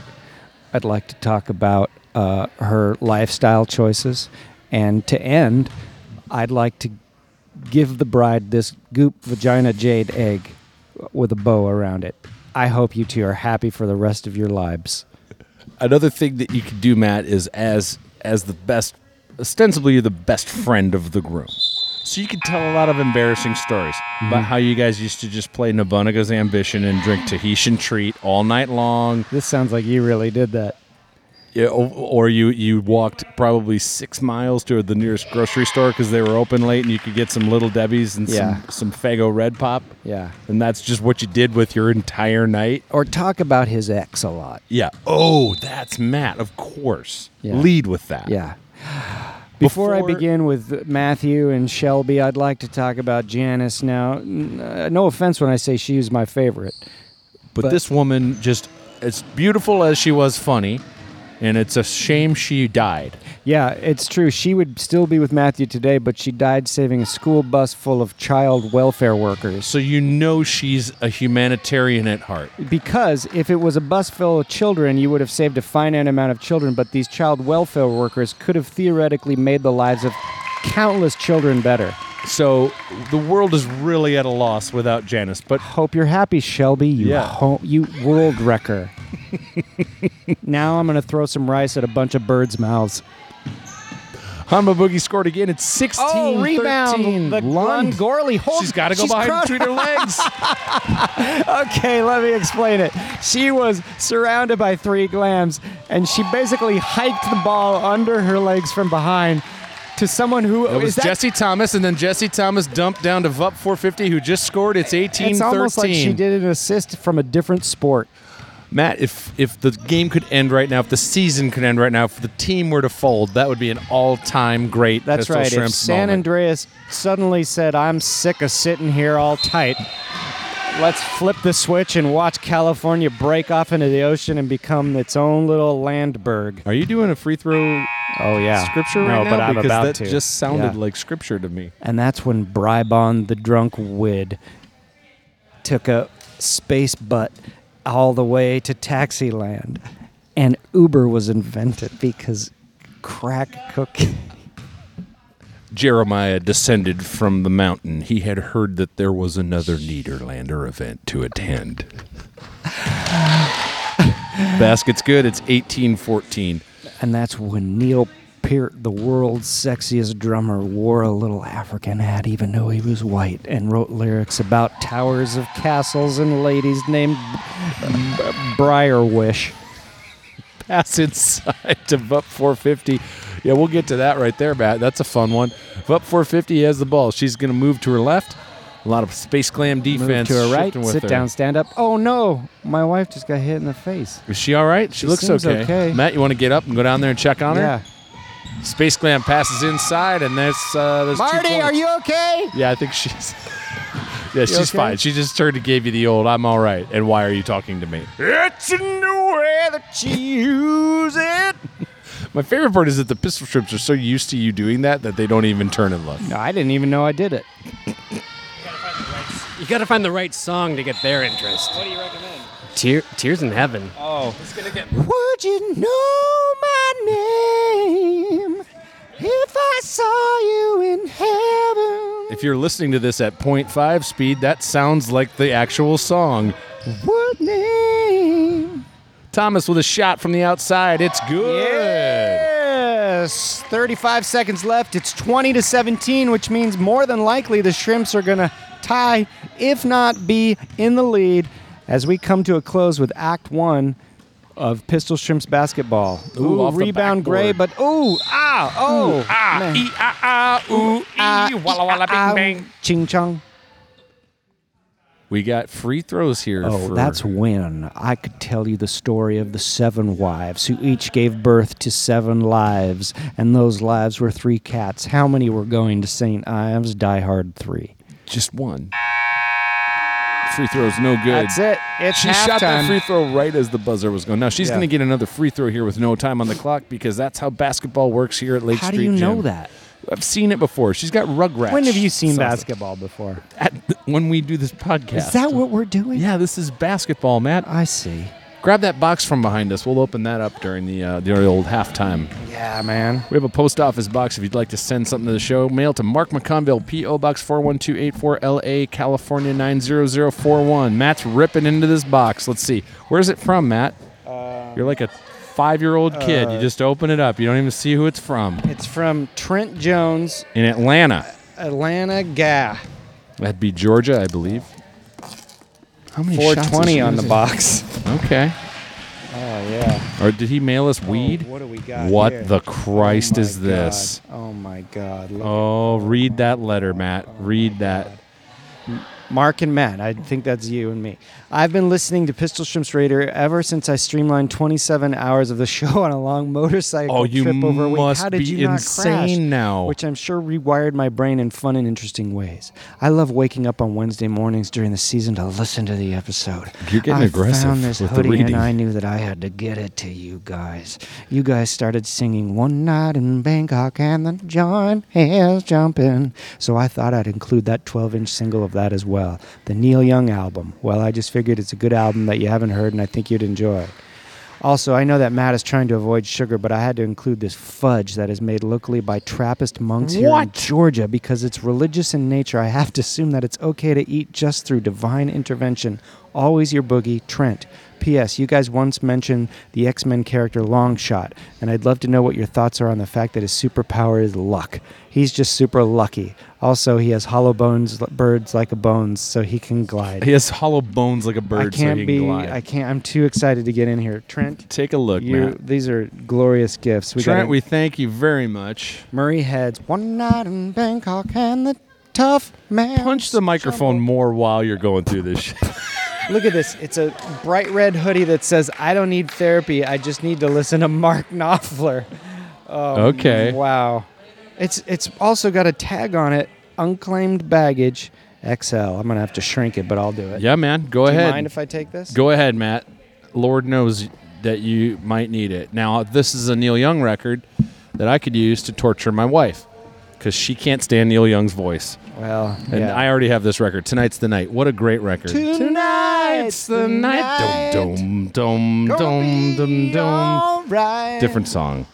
A: I'd like to talk about uh, her lifestyle choices. And to end, I'd like to give the bride this goop vagina jade egg with a bow around it. I hope you two are happy for the rest of your lives.
B: Another thing that you could do, Matt, is as as the best, ostensibly you're the best friend of the groom, so you could tell a lot of embarrassing stories about how you guys used to just play Nabunaga's Ambition and drink Tahitian Treat all night long,
A: This sounds like you really did that.
B: Yeah, o- or you you walked probably six miles to the nearest grocery store because they were open late and you could get some Little Debbie's and
A: Yeah.
B: some some Fago Red Pop.
A: Yeah.
B: and that's just what you did with your entire night.
A: Or talk about his ex a lot.
B: Yeah. Oh, that's Matt. Of course.
A: Yeah.
B: Lead with that.
A: Yeah. Before, I
B: Before-
A: begin with Matthew and Shelby, I'd like to talk about Janice now. N- uh, No offense when I say she was my favorite.
B: But,
A: But-
B: this woman just as beautiful as she was funny, and it's a shame she died.
A: Yeah, it's true. She would still be with Matthew today, but she died saving a school bus full of child welfare workers.
B: So you know she's a humanitarian at heart.
A: Because if it was a bus full of children, you would have saved a finite amount of children, but these child welfare workers could have theoretically made the lives of countless children better.
B: So the world is really at a loss without Janice, but
A: Hope you're happy, Shelby. You
B: Yeah.
A: ho- you world wrecker. now I'm gonna throw some rice at a bunch of birds' mouths.
B: Hanma Boogie scored again. It's 16 13.
A: Oh, The Lon Gorley holds.
B: She's got to go behind
A: crossed-
B: between her
A: (laughs)
B: legs.
A: Okay, let me explain it. She was surrounded by three glams, and she basically hiked the ball under her legs from behind to someone who
B: It was
A: is that-
B: Jesse Thomas, and then Jesse Thomas dumped down to Vup 450, who just scored. It's 18
A: It's almost like she did an assist from a different sport.
B: Matt, if if the game could end right now, if the season could end right now, if the team were to fold, that would be an all-time great.
A: That's
B: Pistol
A: right. If
B: Shrimps
A: San
B: moment.
A: Andreas suddenly said, I'm sick of sitting here all tight, let's flip the switch and watch California break off into the ocean and become its own little landberg.
B: Are you doing a free throw
A: Oh, yeah.
B: scripture
A: no,
B: right now?
A: but I'm
B: because
A: about
B: that
A: to.
B: just sounded
A: Yeah.
B: like scripture to me.
A: And that's when Brybon the drunk wid took a space butt all the way to Taxiland. And Uber was invented because crack cooking.
B: Jeremiah descended from the mountain. He had heard that there was another Niederlander event
A: (sighs)
B: to attend. Basket's good. It's 18-14.
A: And that's when Neil Peart, the world's sexiest drummer, wore a little African hat, even though he was white, and wrote lyrics about towers of castles and ladies named B- Briar Wish.
B: pass inside to Vup 450. Yeah, we'll get to that right there, Matt. That's a fun one. Vup 450 has the ball. She's going to move to her left. A lot of space glam
A: Move
B: defense.
A: to her right,
B: shifting with
A: sit
B: her.
A: down, stand up. Oh no, my wife just got hit in the face.
B: Is she all right? She,
A: She
B: looks
A: seems
B: okay.
A: okay.
B: Matt, you want to get up and go down there and check on
A: Yeah.
B: her? Space glam passes inside, and there's uh, there's two
A: Marty,
B: points.
A: are you okay?
B: Yeah, I think she's. (laughs) yeah, she's
A: okay?
B: fine. She just turned and gave you the old "I'm all right." And why are you talking to me? It's in the way that she use it. (laughs) My favorite part is that the pistol strips are so used to you doing that that they don't even turn and look.
A: No, I didn't even know I did it.
E: You got to find the right song to get their interest. What do you recommend? Tear, Tears in Heaven.
A: Would you know my name if I saw you in heaven?
B: If you're listening to this at 0.5 speed, that sounds like the actual song.
A: What name?
B: Thomas with a shot from the outside. It's good.
A: Yes. 35 seconds left. It's 20 to 17, which means more than likely the Shrimps are going to tie, if not be in the lead, as we come to a close with Act One of Pistol Shrimps basketball.
B: Ooh, off the
A: rebound gray, but ooh, ah, oh, ah, man.
B: E ah ah ooh ee, walla walla
A: Ah,
B: bing bang.
A: Ching chong.
B: We got free throws here.
A: Oh,
B: for-
A: that's when I could tell you the story of the seven wives who each gave birth to seven lives, and those lives were three cats. How many were going to St. Ives? Die Hard 3.
B: just one. Free throw's no good.
A: That's it. It's
B: She
A: halftime.
B: shot that free throw right as the buzzer was going. Now she's
A: Yeah.
B: going to get another free throw here with no time on the clock because that's how basketball works here at Lake
A: How
B: Street.
A: do you know
B: Gym.
A: that?
B: I've seen it before. She's got rugrats.
A: When have you seen
B: Sounds
A: basketball before?
B: like- At the- when we do this podcast.
A: Is that what we're doing?
B: Yeah, this is basketball, Matt.
A: I see.
B: Grab that box from behind us. We'll open that up during the uh, the old halftime.
A: Yeah, man.
B: We have a post office box if you'd like to send something to the show. Mail to Mark McConville, P.O. Box 41284 LA, California 90041. Matt's ripping into this box. Let's see. Where's it from, Matt?
A: Uh,
B: You're like a five year old kid. you just open it up, you don't even see who it's from.
A: It's from Trent Jones,
B: In Atlanta.
A: Atlanta Ga.
B: That'd be Georgia, I believe. How many shots is
A: 420 on
B: is
A: the
B: it?
A: box.
B: Okay.
A: Oh, yeah.
B: Or did he mail us weed?
A: Oh, what do we got?
B: What
A: here?
B: the Christ
A: Oh my
B: is this?
A: God. Oh, my God. Look.
B: Oh, read that letter, Matt. Read that.
A: Mark and Matt, I think that's you and me. I've been listening to Pistol Shrimps Raider ever since I streamlined 27 hours of the (laughs) show on a long motorcycle
B: Oh, you
A: trip over a week.
B: must
A: How did
B: be
A: you not crash?
B: insane now.
A: Which I'm sure rewired my brain in fun and interesting ways. I love waking up on Wednesday mornings during the season to listen to the episode.
B: You're getting
A: I
B: aggressive
A: found this
B: with the
A: hoodie
B: reading.
A: and I knew that I had to get it to you guys. You guys started singing One Night in Bangkok and the John is jumping. So I thought I'd include that 12 inch single of that as well. The Neil Young album. Well, I just figured it's a good album that you haven't heard and I think you'd enjoy. Also, I know that Matt is trying to avoid sugar, but I had to include this fudge that is made locally by Trappist monks here in
B: What?
A: Georgia because it's religious in nature. I have to assume that it's okay to eat just through divine intervention. Always your boogie, Trent. P.S. You guys once mentioned the X Men character Longshot, and I'd love to know what your thoughts are on the fact that his superpower is luck. He's just super lucky. Also, he has hollow bones, l- birds like a bones, so he can glide.
B: He has hollow bones like a bird,
A: I can't
B: so he
A: be.
B: can glide.
A: I can't. I'm too excited to get in here, Trent.
B: Take a look,
A: You,
B: Matt.
A: these are glorious gifts. We
B: Trent,
A: got
B: we thank you very much.
A: Murray heads. One night in Bangkok and the tough man.
B: Punch the microphone more while you're going
A: (laughs)
B: through this. shit.
A: Look at this. It's a bright red hoodie that says, "I don't need therapy. I just need to listen to Mark Knopfler." Um,
B: okay.
A: Wow. It's it's also got a tag on it. Unclaimed baggage. XL. I'm gonna have to shrink it, but I'll do it.
B: Yeah, man. Go
A: Do you
B: ahead.
A: mind if I take this?
B: Go ahead, Matt. Lord knows that you might need it. Now, this is a Neil Young record that I could use to torture my wife because she can't stand Neil Young's voice.
A: Well,
B: And
A: yeah.
B: I already have this record. Tonight's the night. What a great record.
A: Tonight's the night.
B: Dum, dum, dum, dum, dum, dum.
A: All right.
B: Different song.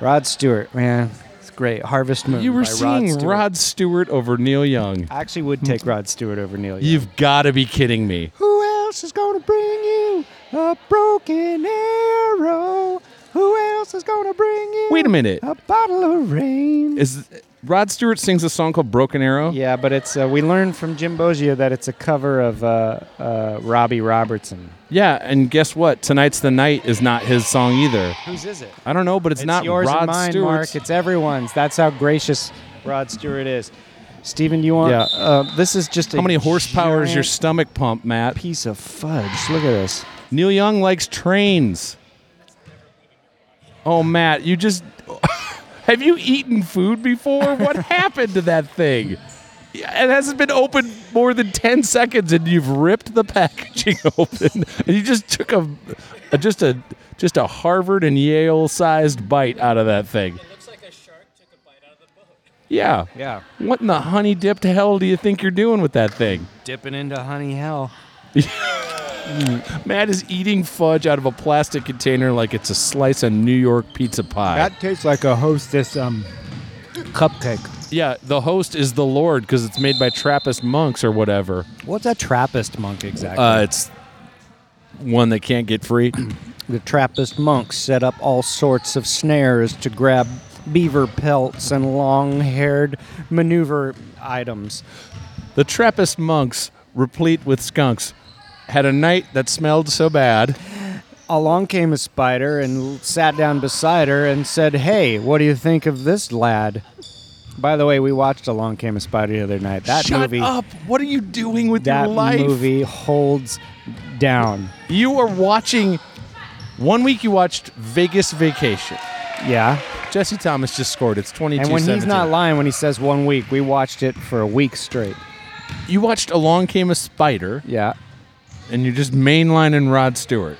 A: Rod Stewart, man. It's great. Harvest Moon.
B: You were
A: by Rod
B: seeing
A: Stewart.
B: Rod Stewart over Neil Young.
A: I actually would take Rod Stewart over Neil Young.
B: You've got to be kidding me.
A: Who else is gonna bring you a broken arrow? Who else is gonna bring you
B: Wait a minute.
A: a bottle of rain?
B: Is Rod Stewart sings a song called Broken Arrow?
A: yeah, but it's uh, we learned from Jim Boggio that it's a cover of uh, uh, Robbie Robertson.
B: Yeah, and guess what? Tonight's the night is not his song either.
A: Whose is it?
B: I don't know, but it's,
A: It's
B: not
A: yours
B: Rod
A: and mine,
B: Stewart's.
A: Mark. It's everyone's. That's how gracious Rod Stewart is. Steven, do you want?
B: Yeah.
A: Uh, this is just a
B: How many horsepower is your
A: giant
B: stomach pump, Matt?
A: piece of fudge? Look at this.
B: Neil Young likes trains. Oh, Matt, you just (laughs) have you eaten food before? What happened to that thing? Yeah, It hasn't been open more than ten seconds, and you've ripped the packaging (laughs) open. And you just took a, a just a just a Harvard and Yale sized bite out of that thing. Yeah.
A: Yeah.
B: What in the honey dipped hell do you think you're doing with that thing?
A: Dipping into honey hell.
B: Matt is eating fudge out of a plastic container like it's a slice of New York pizza pie.
A: tastes like a hostess um cupcake.
B: yeah, the host is the Lord because it's made by Trappist monks or whatever.
A: What's a Trappist monk exactly?
B: Uh, it's one that can't get free. (clears throat)
A: the Trappist monks set up all sorts of snares to grab beaver pelts and long-haired maneuver items.
B: the Trappist monks, replete with skunks, had a night that smelled so bad.
A: Along came a spider and sat down beside her and said, "Hey, what do you think of this lad?" By the way, we watched Along Came a Spider the other night. That
B: Shut
A: movie,
B: up! What are you doing with
A: that
B: your life?
A: movie holds down.
B: You are watching. One week you watched Vegas Vacation.
A: Yeah.
B: Jesse Thomas just scored. It's 22
A: And when he's not lying when he says one week, we watched it for a week straight.
B: You watched Along Came a Spider,
A: Yeah.
B: and you're just mainlining Rod Stewart.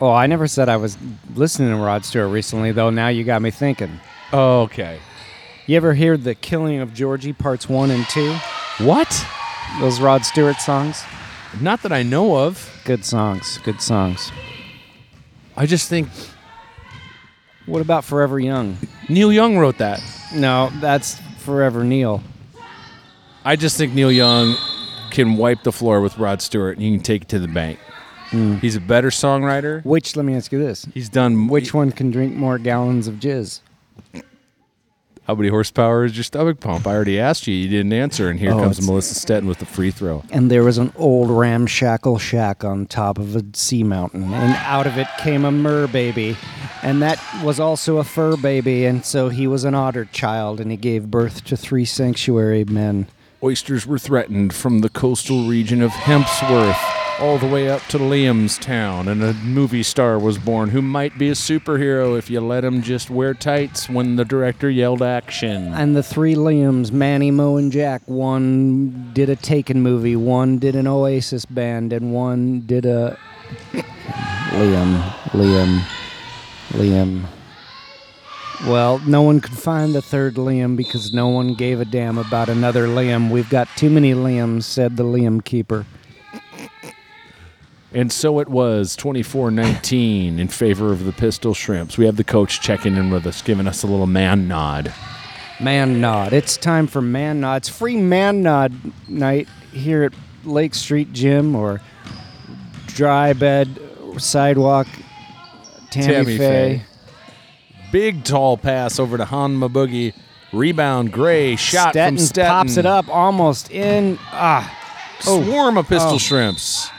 A: Oh, I never said I was listening to Rod Stewart recently, though. Now you got me thinking.
B: Oh, okay.
A: You ever hear The Killing of Georgie Parts 1 and 2?
B: What?
A: Those Rod Stewart songs?
B: Not that I know of.
A: Good songs. Good songs.
B: I just think
A: What about Forever Young?
B: Neil Young wrote that.
A: No, that's Forever Neil.
B: I just think Neil Young can wipe the floor with Rod Stewart and you can take it to the bank.
A: Hmm.
B: He's a better songwriter.
A: Which, let me ask you this.
B: He's done
A: Which one can drink more gallons of jizz?
B: How many horsepower is your stomach pump? I already asked you. You didn't answer, and here
A: Oh,
B: comes
A: it's-
B: Melissa Stetton with the free throw.
A: And there was an old ramshackle shack on top of a sea mountain, and out of it came a mer baby. And that was also a fur baby, and so he was an otter child, and he gave birth to three sanctuary men.
B: Oysters were threatened from the coastal region of Hempsworth all the way up to Liamstown, and a movie star was born who might be a superhero if you let him just wear tights when the director yelled action.
A: And the three Liams, Manny, Moe, and Jack, one did a Taken movie, one did an Oasis band, and one did a. Liam, Liam, Liam. Well, no one could find the third Liam because no one gave a damn about another Liam. We've got too many Liams, said the Liam keeper.
B: And so it was 24 19 in favor of the Pistol Shrimps. We have the coach checking in with us, giving us a little man nod.
A: Man Nod. It's time for Man Nod. It's free Man Nod night here at Lake Street Gym or Dry Bed Sidewalk. Tammy,
B: Tammy
A: Faye.
B: Faye. Big tall pass over to Hanma Boogie. Rebound, Gray shot
A: Stetton
B: from Stetton.
A: pops it up almost in. Ah. Oh.
B: Swarm of pistol
A: Oh.
B: shrimps.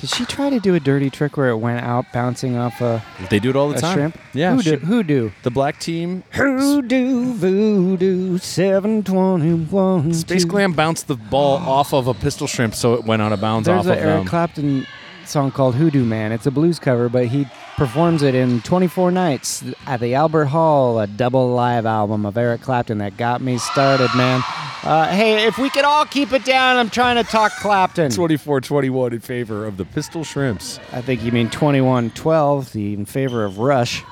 A: Did she try to do a dirty trick where it went out bouncing off a,
B: They do it all the
A: a
B: time.
A: shrimp?
B: Yeah.
A: Who do?
B: shri-
A: Who do?
B: The black team.
A: Hoodoo, voodoo, 721.
B: Space Glam bounced
A: (gasps)
B: the ball off of a pistol shrimp, so it went out of bounds
A: There's
B: off
A: an
B: of
A: Eric
B: them.
A: Clapton song called Hoodoo Man. It's a blues cover, but he performs it in 24 nights at the Albert Hall, a double live album of Eric Clapton that got me started, man. Uh, hey, if we could all keep it down, I'm trying to talk Clapton.
B: 24 21 in favor of the pistol shrimps.
A: I think you mean 21 12, the in favor of Rush.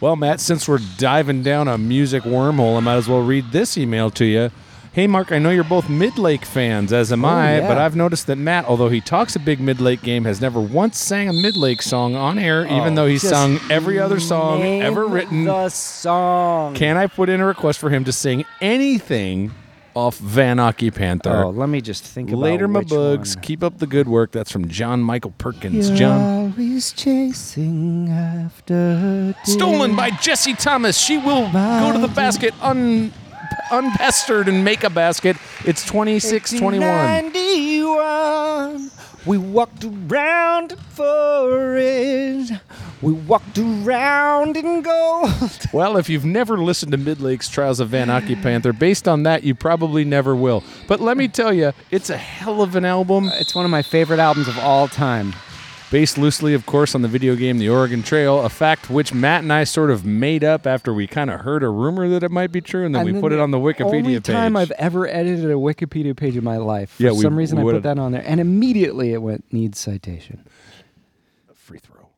B: Well, Matt, since we're diving down a music wormhole, I might as well read this email to you. Hey, Mark, I know you're both Midlake fans, as am
A: Oh,
B: I,
A: yeah.
B: but I've noticed that Matt, although he talks a big Midlake game, has never once sang a Midlake song on air, even though Oh, he's
A: Just
B: sung every other song
A: name
B: ever written.
A: The song.
B: Can I put in a request for him to sing anything off Van Ocky Panther?
A: oh, let me just think about
B: Later, my
A: which
B: bugs.
A: one.
B: Keep up the good work. That's from John Michael Perkins. John.
A: Always chasing after.
B: Stolen by Jesse Thomas. She will go to the basket un, unpestered and make a basket. It's 26 21.
A: 91. We walked around for it. We walked around in gold.
B: Well, if you've never listened to Midlake's Trials of Van Aki Panther, based on that, you probably never will. But let me tell you, it's a hell of an album.
A: (laughs) It's one of my favorite albums of all time.
B: Based loosely, of course, on the video game The Oregon Trail, a fact which Matt and I sort of made up after we kind of heard a rumor that it might be true, and then we put it on the Wikipedia
A: only
B: page.
A: time I've ever edited a Wikipedia page in my life. For
B: Yeah, we
A: some reason, I put
B: would've-
A: that on there, and immediately it went needs citation.
B: Free throw.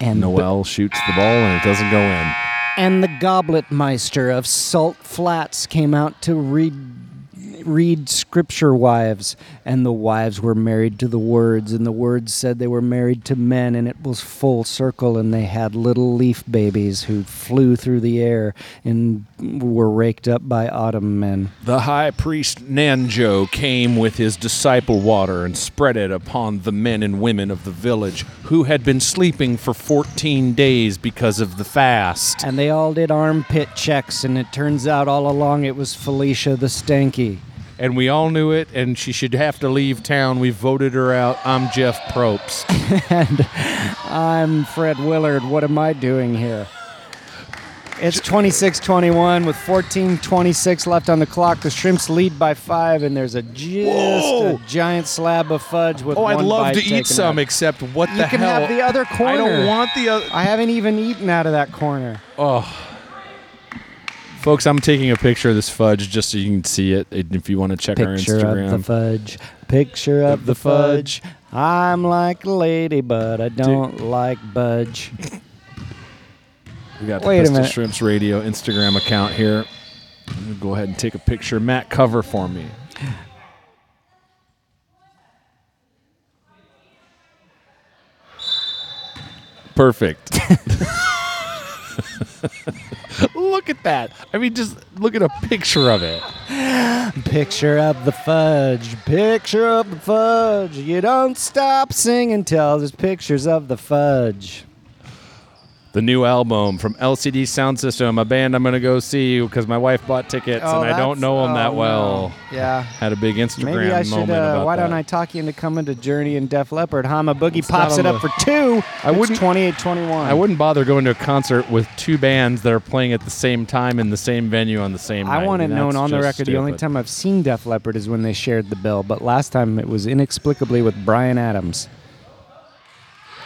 A: And
B: Noel shoots the ball and it doesn't go in.
A: and the goblet meister of salt flats came out to read read scripture wives and the wives were married to the words and the words said they were married to men and it was full circle and they had little leaf babies who flew through the air and were raked up by autumn men
B: The high priest Nanjo came with his disciple water and spread it upon the men and women of the village who had been sleeping for 14 days because of the fast.
A: and they all did armpit checks and it turns out all along it was felicia the stanky
B: And we all knew it, and she should have to leave town. We voted her out. I'm Jeff Probst.
A: I'm Fred Willard. What am I doing here? It's 26 21 with 14 26 left on the clock. The Shrimps lead by five, and there's a just
B: Whoa!
A: a giant slab of fudge with
B: Oh, I'd
A: one
B: love
A: bite
B: to
A: taken
B: eat some,
A: out.
B: except what
A: You
B: the
A: can
B: hell?
A: have the other
B: I don't
A: corner.
B: want the other.
A: I haven't even eaten out of that corner.
B: Folks, I'm taking a picture of this fudge just so you can see it if you want to check our
A: Picture
B: Instagram.
A: of the fudge. Picture of the fudge. I'm like a lady, but I don't like budge.
B: We got
A: Wait a
B: the Pistol
A: minute.
B: Shrimps Radio Instagram account here. I'm gonna go ahead and take a picture. Matt, cover for me. Perfect. (laughs) look at that. I mean, just look at a picture of it.
A: Picture of the fudge, picture of the fudge. You don't stop singing till there's pictures of the fudge.
B: The new album from LCD Sound System, a band I'm going to go see because my wife bought tickets
A: Oh,
B: and I
A: that's-
B: don't know them
A: oh,
B: that
A: no.
B: well.
A: Yeah.
B: Had a big Instagram
A: Maybe I
B: moment
A: should. Uh,
B: about
A: why don't
B: that.
A: I talk you into coming to Journey and Def Leppard? Hama Boogie
B: not
A: pops it
B: on
A: up
B: the-
A: for two.
B: I wouldn't-
A: Twenty-eight, twenty-one.
B: I wouldn't bother going to a concert with two bands that are playing at the same time in the same venue on the same night.
A: I want it
B: That's
A: known on the
B: just
A: record. The only
B: stupid.
A: time I've seen Def Leppard is when they shared the bill, but last time it was inexplicably with Brian Adams.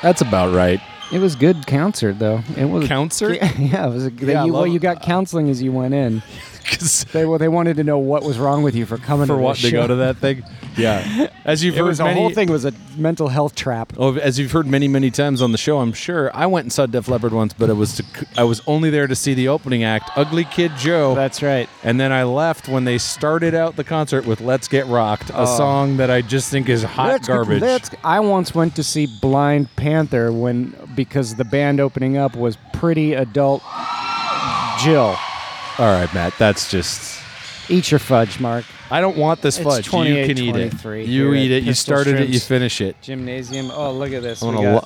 B: That's about right.
A: It was good concert though. It was
B: Concert?
A: (laughs) Yeah, it was. A,
B: Yeah, I
A: you, well,
B: love-
A: you got counseling as you went in.
B: (laughs) 'Cause
A: They well, they wanted to know what was wrong with you for coming
B: for
A: to
B: what
A: this
B: to
A: show.
B: go to that thing.
A: (laughs)
B: Yeah. As you've
A: It
B: heard
A: was
B: many
A: the whole thing was a mental health trap.
B: Oh, as you've heard many, many times on the show, I'm sure I went and saw Def Leppard once, but it was to, I was only there to see the opening act, Ugly Kid Joe,
A: That's right.
B: and then I left when they started out the concert with "Let's Get Rocked," a song that I just think is
A: Oh.
B: hot
A: Let's-
B: garbage.
A: let's- I once went to see Blind Panther when because the band opening up was Pretty Adult Jill.
B: All right, Matt, that's just
A: Eat your fudge, Mark.
B: I don't want this
A: It's
B: fudge. You
A: 28,
B: can eat it.
A: 23
B: You
A: here
B: eat
A: at
B: it. You
A: Pistol
B: started it. You
A: Shrimps.
B: finish it.
A: Gymnasium. Oh, look at this.
B: I
A: We
B: wanna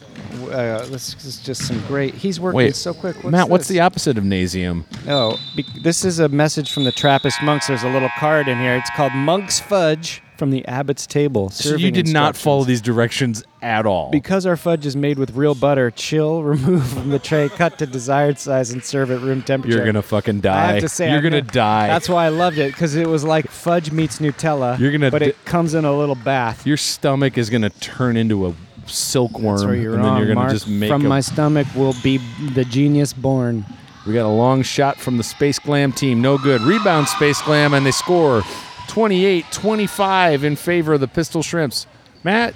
A: got, uh, this is just some great. He's working
B: Wait,
A: so quick. What's
B: Matt, what's
A: this?
B: the opposite of nasium?
A: No, be- this is a message from the Trappist monks. There's a little card in here. It's called Monk's Fudge from the Abbot's Table.
B: So you
A: Serving
B: did not
A: instructions.
B: follow these directions at all.
A: Because our fudge is made with real butter, chill, (laughs) remove from the tray, cut to desired size, and serve at room temperature.
B: you're gonna fucking die.
A: I have to say,
B: you're
A: I'm
B: gonna
A: not-
B: die.
A: That's why I loved it because it was like fudge meets Nutella.
B: You're gonna
A: but
B: di-
A: it comes in a little bath.
B: your stomach is going to turn into a silkworm,
A: That's where you're
B: and
A: wrong,
B: then you're going
A: Mark.
B: to just make.
A: From
B: a-
A: my stomach will be the genius born.
B: we got a long shot from the Space Glam team. No good. Rebound Space Glam, and they score 28-25 in favor of the Pistol Shrimps. Matt,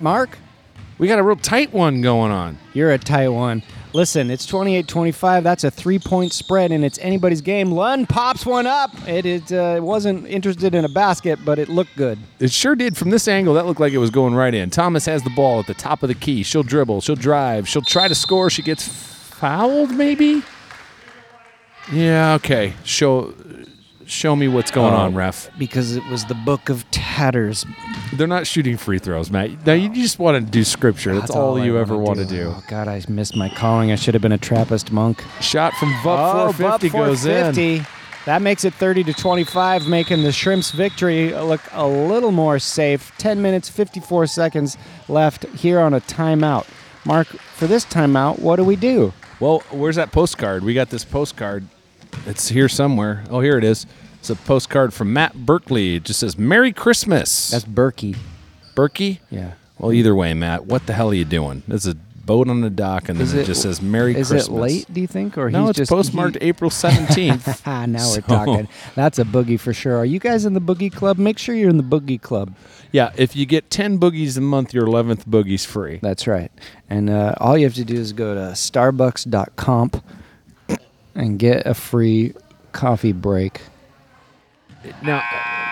A: Mark,
B: we got a real tight one going on.
A: you're a tight one. Listen, it's 28-25. That's a three-point spread, and it's anybody's game. Lund pops one up. It, it uh, wasn't interested in a basket, but it looked good.
B: It sure did from this angle. That looked like it was going right in. Thomas has the ball at the top of the key. She'll dribble. She'll drive. She'll try to score. She gets fouled, maybe. Yeah. Okay. Show, show me what's going on, ref.
A: Because it was the book of tatters.
B: They're not shooting free throws, Matt. Now you just want to do scripture. That's, all,
A: I
B: you
A: wanna
B: ever want to do.
A: Oh, God, I missed my calling. I should have been a Trappist monk.
B: Shot from Vup
A: Oh,
B: 450
A: Buck
B: goes in.
A: 450. That makes it 30 to 25, making the Shrimps' victory look a little more safe. 10 minutes, 54 seconds left here on a timeout. Mark, for this timeout, what do we do?
B: Well, where's that postcard? We got this postcard. It's here somewhere. Oh, here it is. It's a postcard from Matt Berkeley. It just says "Merry Christmas."
A: That's Berkey.
B: Berkey.
A: Yeah.
B: Well, either way, Matt, what the hell are you doing? There's a boat on the dock, and then
A: Is
B: it,
A: it-
B: just says "Merry
A: Is
B: Christmas."
A: it late, do you think? Or
B: No,
A: he's
B: it's
A: just,
B: postmarked
A: he- (laughs)
B: April 17th.
A: Ah, (laughs) now
B: So-
A: we're talking. That's a boogie for sure. Are you guys in the boogie club? Make sure you're in the boogie club.
B: yeah, if you get 10 boogies a month, your 11th boogie's free.
A: That's right. And uh, all you have to do is go to starbucks.com and get a free coffee break.
B: Now,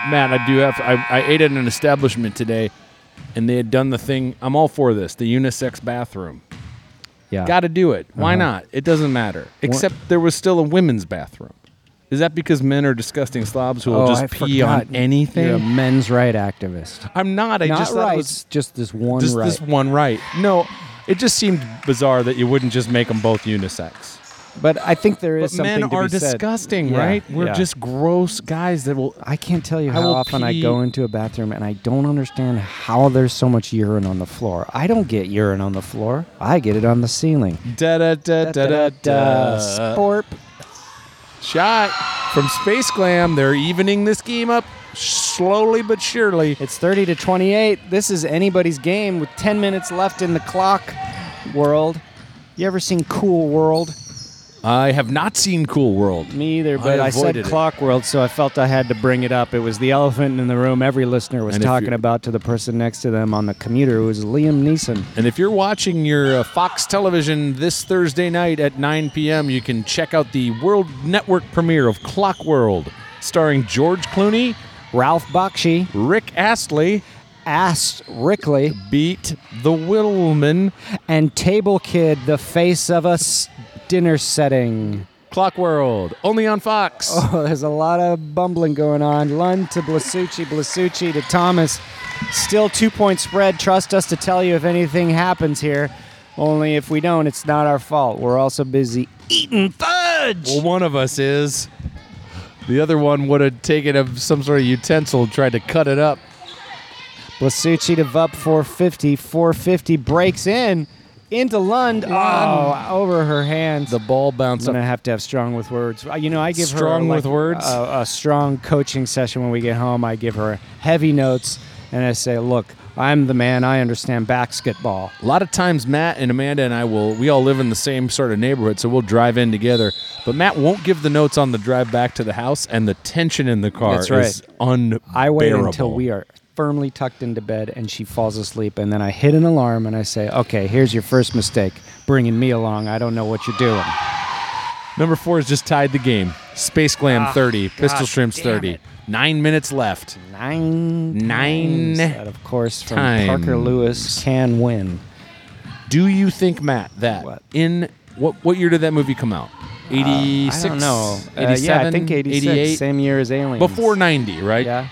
B: Matt, I do have. I, I ate at an establishment today, and they had done the thing. I'm all for this. The unisex bathroom.
A: Yeah.
B: Got to do it. Why
A: Uh-huh.
B: not? It doesn't matter. Except there was still a women's bathroom. Is that because men are disgusting slobs
A: Oh,
B: who will just pee on anything?
A: You're a men's right activist.
B: I'm not. I
A: Not
B: just thought it
A: rights,
B: was
A: just this one
B: just
A: right.
B: this one right. No, it just seemed bizarre that you wouldn't just make them both unisex.
A: but I think there is
B: But
A: something
B: men
A: to
B: are
A: be said.
B: disgusting,
A: Yeah,
B: right? We're
A: yeah.
B: just gross guys that will.
A: I can't tell you
B: I
A: how
B: will
A: often I
B: pee-
A: go into a bathroom and I don't understand how there's so much urine on the floor. I don't get urine on the floor. I get it on the ceiling.
B: Da da da da da da.
A: Sporp.
B: Shot from Space Glam. They're evening this game up slowly but surely.
A: It's 30 to 28. This is anybody's game with 10 minutes left in the clock. World. You ever seen Cool World?
B: I have not seen Cool World.
A: Me either, but I, said
B: avoided it.
A: Clock World, so I felt I had to bring it up. It was the elephant in the room every listener was
B: And if
A: talking
B: you-
A: about to the person next to them on the commuter, who was Liam Neeson.
B: And if you're watching your uh, Fox television this Thursday night at 9 p.m., you can check out the World Network premiere of Clock World, starring George Clooney,
A: Ralph Bakshi,
B: Rick Astley,
A: ass Rickley
B: beat the Willman
A: and Table Kid, the face of a s- dinner setting.
B: Clock World, only on Fox.
A: (laughs) Oh, there's a lot of bumbling going on. Lund to Blasucci, Blasucci to Thomas. Still two point spread. Trust us to tell you if anything happens here. Only if we don't, it's not our fault. We're also busy eating fudge.
B: Well, one of us is. The other one would have taken a, some sort of utensil and tried to cut it up.
A: Blasucci to Vup 450. 450 breaks in into Lund. Oh, over her hand.
B: The ball
A: I'm
B: bounced
A: gonna
B: up.
A: have to have strong with words. Uh, You know, I give
B: Strong
A: her like,
B: with words?
A: A, a strong coaching session when we get home. I give her heavy notes, and I say, "Look, I'm the man. I understand basketball."
B: A lot of times, Matt and Amanda and I will, we all live in the same sort of neighborhood, so we'll drive in together. But Matt won't give the notes on the drive back to the house, and the tension in the car
A: That's right.
B: is unbearable.
A: I wait until we are firmly tucked into bed, and she falls asleep, and then I hit an alarm, and I say, "Okay, here's your first mistake, bringing me along. I don't know what you're doing."
B: Number four has just tied the game. Space Glam 30, Pistol
A: God
B: Shrimps
A: Ah, damn
B: 30.
A: it.
B: Nine minutes left.
A: Nine,
B: Nine
A: times. That, of course, from Parker
B: times.
A: Lewis can win.
B: Do you think, Matt, that
A: What? Uh,
B: in what what year did that movie come out? 86?
A: I don't know. Uh, yeah,
B: 87,
A: I think 86,
B: 88?
A: same year as Aliens.
B: Before 90, right?
A: Yeah.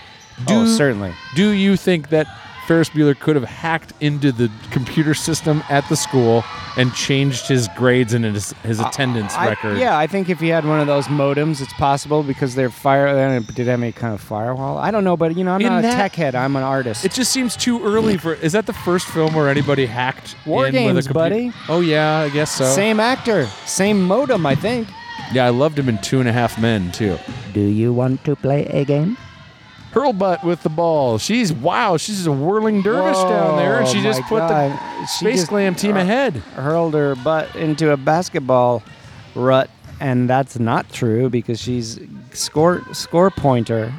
B: Do-
A: oh, certainly.
B: Do you think that Ferris Bueller could have hacked into the computer system at the school and changed his grades and his, his attendance
A: I-
B: record?
A: yeah, I think if he had one of those modems, it's possible because they're fire. They don't- did have any kind of firewall. I don't know, but you know, I'm
B: In
A: not
B: that-
A: a tech head. I'm an artist.
B: It just seems too early for. Is that the first film where anybody hacked
A: War
B: in with
A: Games,
B: a computer?
A: buddy.
B: Oh yeah, I guess so.
A: Same actor, same modem, I think.
B: Yeah, I loved him in Two and a Half Men too.
A: Do you want to play a game?
B: Hurlbutt with the ball. She's wow. She's just a whirling dervish down there,
A: Oh
B: and she just put the Space Glam team
A: uh,
B: ahead.
A: Hurled her butt into a basketball rut, and that's not true because she's score score pointer.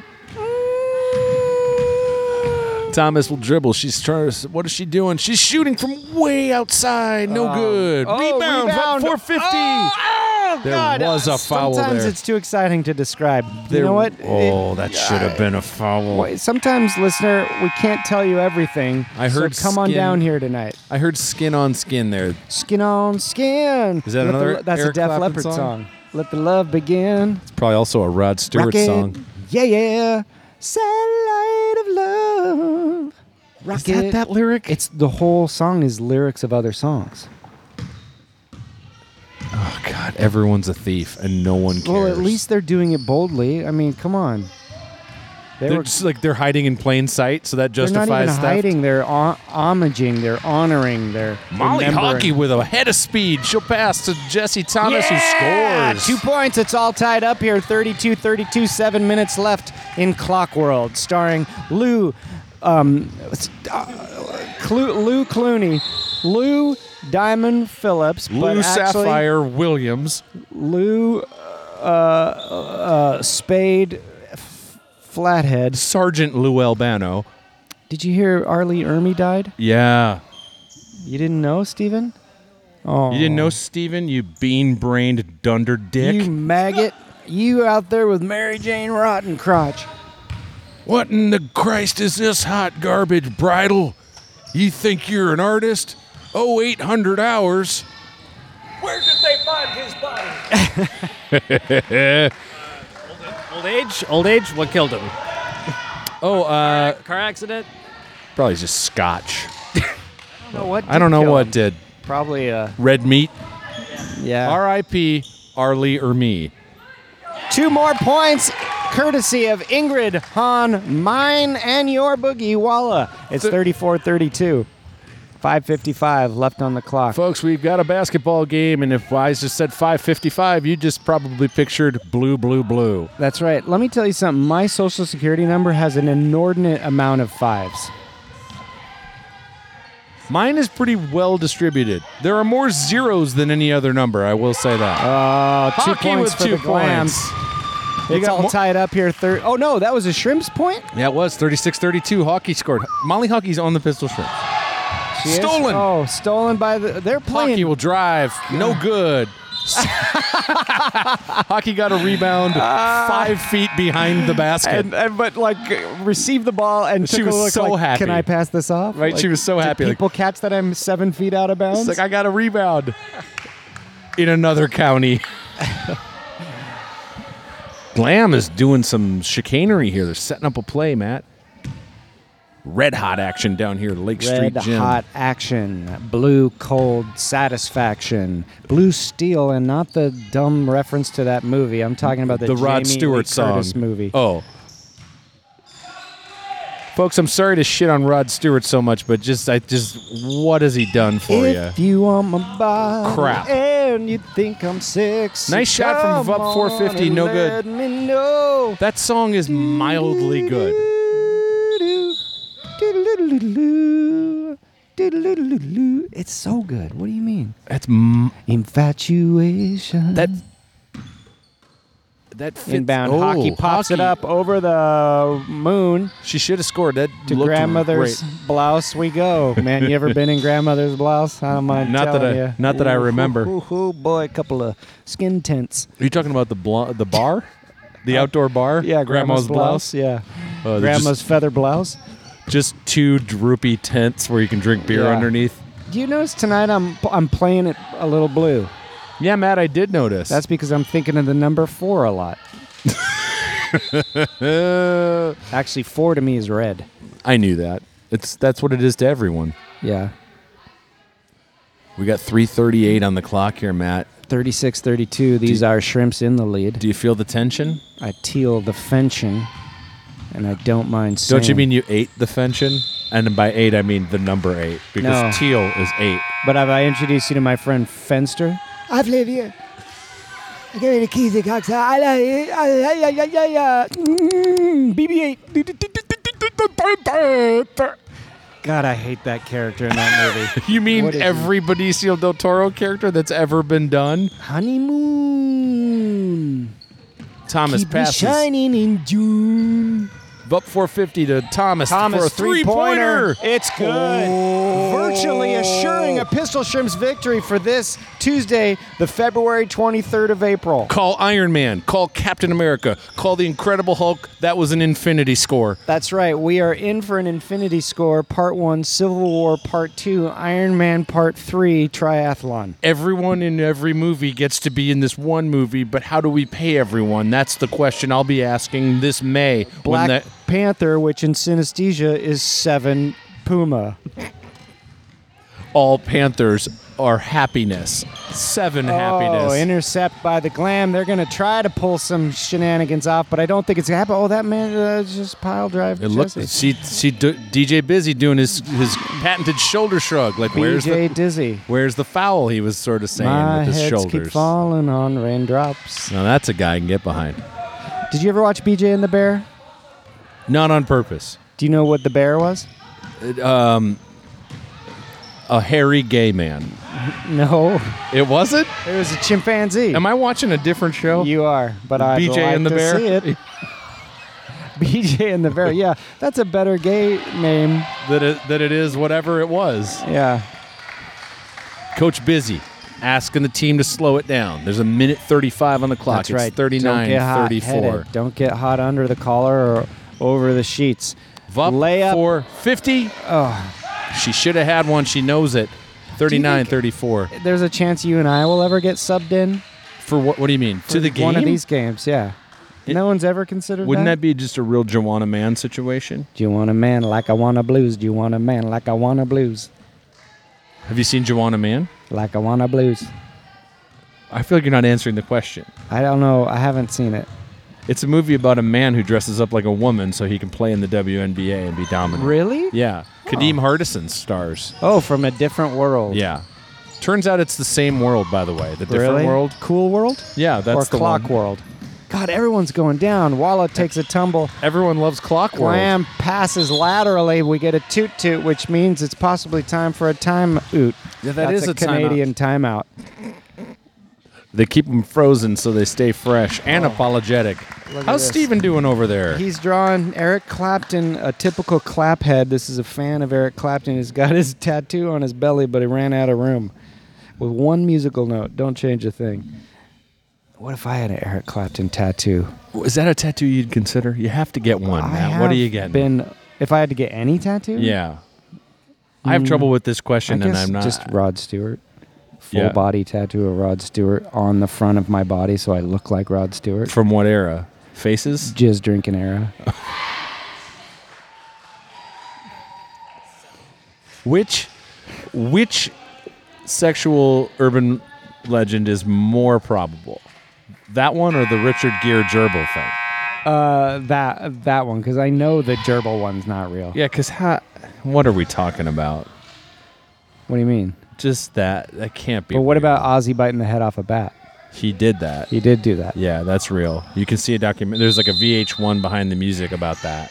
B: Thomas will dribble. She's trying. to- What is she doing? She's shooting from way outside. No good.
A: oh,
B: rebound.
A: rebound. Oh,
B: 450. there was a foul
A: Sometimes
B: there.
A: it's too exciting to describe.
B: There-
A: you know what? It-
B: Oh, that should have been a foul.
A: Wait, Sometimes, listener, we can't tell you everything.
B: I
A: so
B: heard
A: come on
B: skin-
A: down here tonight.
B: I heard skin on skin there.
A: Skin on skin.
B: Is
A: Let
B: that
A: the
B: another
A: lo- that's
B: Eric
A: a Def
B: Clapton
A: Leppard
B: song?
A: song? Let the love begin.
B: It's probably also a Rod Stewart
A: Rocket.
B: song.
A: Yeah, yeah. Satellite of love. Rocket.
B: lyric?
A: It's the whole song is lyrics of other songs.
B: oh God, everyone's a thief and no one cares.
A: Well, at least they're doing it boldly. I mean, come on. They
B: they're
A: were-
B: just like they're hiding in plain sight, so that
A: they're
B: justifies
A: not even
B: theft.
A: hiding. They're hon- homaging. They're honoring. They're
B: Molly
A: remembering.
B: Hockey with a head of speed. She'll pass to Jesse Thomas,
A: Yeah,
B: who
A: Two
B: scores.
A: points. It's all tied up here. 32 32, seven minutes left in Clock World, starring Lou. Um, s- uh, Clu- Lou Clooney, Lou Diamond Phillips, but
B: Blue
A: actually
B: Sapphire Williams.
A: Lou uh, uh, Spade F- Flathead.
B: Sergeant Lou Albano.
A: Did you hear Arlie Ermy died?
B: Yeah.
A: You didn't know, Steven? Oh,
B: You didn't know Steven, you bean brained dunder dick?
A: you maggot! You out there with Mary Jane Rottencrotch?
B: what in the Christ is this hot garbage bridle? You think you're an artist? Oh, 800 hours.
H: Where did they find his body?
E: Old age? Old age? What killed (laughs) him?
B: Oh, uh,
E: Car accident?
B: probably just scotch.
A: I don't know what.
B: I don't
A: did
B: know
A: kill
B: what
A: him.
B: did.
A: Probably uh
B: Red meat,
A: yeah.
B: RIP, Arlie or me.
A: Two more points courtesy of Ingrid Han, mine and your boogie walla. It's 34-32. 555 left on the clock.
B: Folks, we've got a basketball game, and if I just said 555, you just probably pictured blue, blue, blue.
A: That's right. Let me tell you something. My social security number has an inordinate amount of fives.
B: Mine is pretty well distributed. There are more zeros than any other number, I will say that.
A: Uh, two
B: Hockey
A: points
B: with
A: for
B: two
A: the Glams.
B: points.
A: It's
B: got
A: all
B: more-
A: tied up here. Thir- oh no, that was a shrimps point.
B: Yeah, it was 36 32. Hockey scored. Molly Hockey's on the pistol shrimp.
A: She is-
B: Stolen. Oh,
A: Oh, stolen by the. They're playing.
B: (laughs) Hockey will drive. No good. Hockey got a rebound five feet behind the basket.
A: And, and but like received the ball and
B: She
A: took a
B: was
A: look
B: so
A: like,
B: happy.
A: Can I pass this off?
B: Right, she was so
A: did
B: happy, like-
A: people catch that I'm seven feet out of bounds.
B: It's like I got a rebound in another county. Glam is doing some chicanery here. They're setting up a play, Matt. Red hot action down here, at Lake
A: Red
B: Street Gym.
A: hot action, blue cold satisfaction, blue steel, and not the dumb reference to that movie. I'm talking about the,
B: the Rod
A: Jamie
B: Stewart
A: Lee
B: song.
A: Curtis movie.
B: Oh. Folks, I'm sorry to shit on Rod Stewart so much, but just I just what has he done for
A: if
B: you?
A: you want my body
B: Crap.
A: and you think I'm sexy,
B: Nice shot from
A: come
B: Vup 450,
A: on
B: no
A: and Let
B: good.
A: me know.
B: That song is mildly good.
A: It's so good. What do you mean?
B: That's m-
A: Infatuation.
B: that that fits.
A: inbound
B: Oh,
A: hockey pops it
B: hockey.
A: up over the moon
B: She should have scored that
A: to
B: looked
A: grandmother's
B: great.
A: blouse. We go, man. You ever been in grandmother's blouse? I don't mind
B: (laughs) Not that
A: telling
B: I-
A: ya.
B: not that I
A: Ooh, hoo,
B: remember.
A: hoo, hoo, boy, a couple of skin tints.
B: Are you talking about the bl- the bar, the outdoor bar?
A: Uh, Yeah, grandma's, blouse. Yeah,
B: Oh, they're
A: grandma's feather blouse.
B: just, just two droopy tents where you can drink beer
A: Yeah.
B: underneath.
A: Do you notice tonight I'm I'm playing it a little blue?
B: Yeah, Matt, I did notice.
A: That's because I'm thinking of the number four a
B: (laughs)
A: lot.
B: Uh,
A: Actually, four to me is red.
B: I knew that. It's that's what it is to everyone.
A: Yeah,
B: We got 3:38 on the clock here, Matt.
A: 36-32. These
B: Do-
A: are shrimps in the lead.
B: Do you feel the tension?
A: I teal the fencing, and I don't mind. Saying,
B: Don't you mean you ate the fenchin? And by eight, I mean the number eight because
A: No.
B: teal is eight.
A: But have I introduced you to my friend Fenster? I've lived here. I gave you the keys to Cox. I love it. I- yeah, yeah, yeah, yeah. Mm, BB-8. God, I hate that character in (laughs) that movie.
B: You mean
A: What is-
B: every Benicio del Toro character that's ever been done?
A: Honeymoon.
B: Thomas
A: Keep me
B: passes
A: shining in June.
B: up 450 to Thomas, for a three-pointer.
A: It's good. Virtually assuring a Pistol Shrimps victory for this Tuesday, the February 23rd of April.
B: Call Iron Man. Call Captain America. Call the Incredible Hulk. That was an infinity score.
A: That's right. We are in for an Infinity Score Part 1, Civil War Part 2, Iron Man Part 3, Triathlon.
B: Everyone in every movie gets to be in this one movie, but how do we pay everyone? That's the question I'll be asking this May.
A: Black
B: that,
A: Panther, which in synesthesia is 7 Puma.
B: all Panthers are happiness. Seven happiness.
A: Oh, intercept by the glam. They're going to try to pull some shenanigans off, but I don't think it's going to happen. Oh, that man uh, just pile drive.
B: it looked
A: Jesse.
B: she she do, DJ Busy doing his his patented shoulder shrug like where's
A: BJ
B: the
A: Dizzy.
B: where's the foul he was sort of saying
A: My
B: with his
A: heads
B: shoulders.
A: keep falling on raindrops.
B: Now that's a guy I can get behind.
A: Did you ever watch BJ and the Bear?
B: Not on purpose.
A: Do you know what the bear was?
B: A hairy gay man.
A: No, (laughs)
B: It wasn't.
A: it was a chimpanzee.
B: Am I watching a different show?
A: You are, but I
B: BJ
A: like
B: and the
A: to
B: Bear?
A: See it. (laughs) BJ and the Bear. Yeah, that's a better gay name.
B: that it, that it is whatever it was.
A: Yeah.
B: Coach Busy asking the team to slow it down. There's a minute 35 on the clock.
A: That's
B: it's
A: right.
B: 39
A: Don't get hot
B: 34.
A: headed. Don't get hot under the collar or over the sheets.
B: Vup
A: Layup.
B: for 50. She should have had one. She knows it. 39 34.
A: There's a chance you and I will ever get subbed in
B: For what what do you mean?
A: for
B: to the game?
A: One of these games, yeah. no one's ever considered
B: Wouldn't
A: that.
B: that be just a real Joanna Man situation?
A: Do you want a man like I want a blues? Do you want a man like I want a blues?
B: Have you seen Joanna Man?
A: Like I want a blues.
B: I feel like you're not answering the question.
A: I don't know. I haven't seen it.
B: It's a movie about a man who dresses up like a woman so he can play in the WNBA and be dominant.
A: Really?
B: Yeah. Kadeem Hardison stars.
A: Oh, from a different world.
B: Yeah. Turns out it's the same world, by the way. The different
A: Really?
B: world.
A: Cool world?
B: Yeah, that's
A: or
B: the
A: Clock
B: one.
A: World. God, everyone's going down. Walla takes a tumble.
B: Everyone loves Clock World.
A: Glam passes laterally. We get a toot toot, which means it's possibly time for a time oot.
B: Yeah, that
A: That's
B: is
A: a
B: a timeout.
A: Canadian timeout.
B: They keep them frozen so they stay fresh and apologetic.
A: at
B: How's
A: this.
B: Steven doing over there?
A: He's drawing Eric Clapton, a typical claphead. This is a fan of Eric Clapton. He's got his tattoo on his belly, but he ran out of room. with one musical note. Don't change a thing. What if I had an Eric Clapton tattoo?
B: Is that a tattoo you'd consider? You have to get one.
A: I
B: Matt. What
A: have
B: do you get?
A: Been if I had to get any tattoo?
B: yeah. I have
A: Mm,
B: trouble with this
A: I
B: question, and
A: guess
B: I'm not.
A: just Rod Stewart. Full
B: Yeah.
A: body tattoo of Rod Stewart on the front of my body, so I look like Rod Stewart.
B: From what era? Faces?
A: Jizz drinking era.
B: Which, which sexual urban legend is more probable? That one or the Richard Gere gerbil thing?
A: Uh, that that one, because I know the gerbil one's not real.
B: Yeah, because how? What are we talking about?
A: What do you mean?
B: Just that? That can't be.
A: But what
B: real.
A: about Ozzy biting the head off a bat?
B: He did that.
A: He did do that.
B: Yeah, that's real. You can see a document. There's like a VH1 behind the music about that.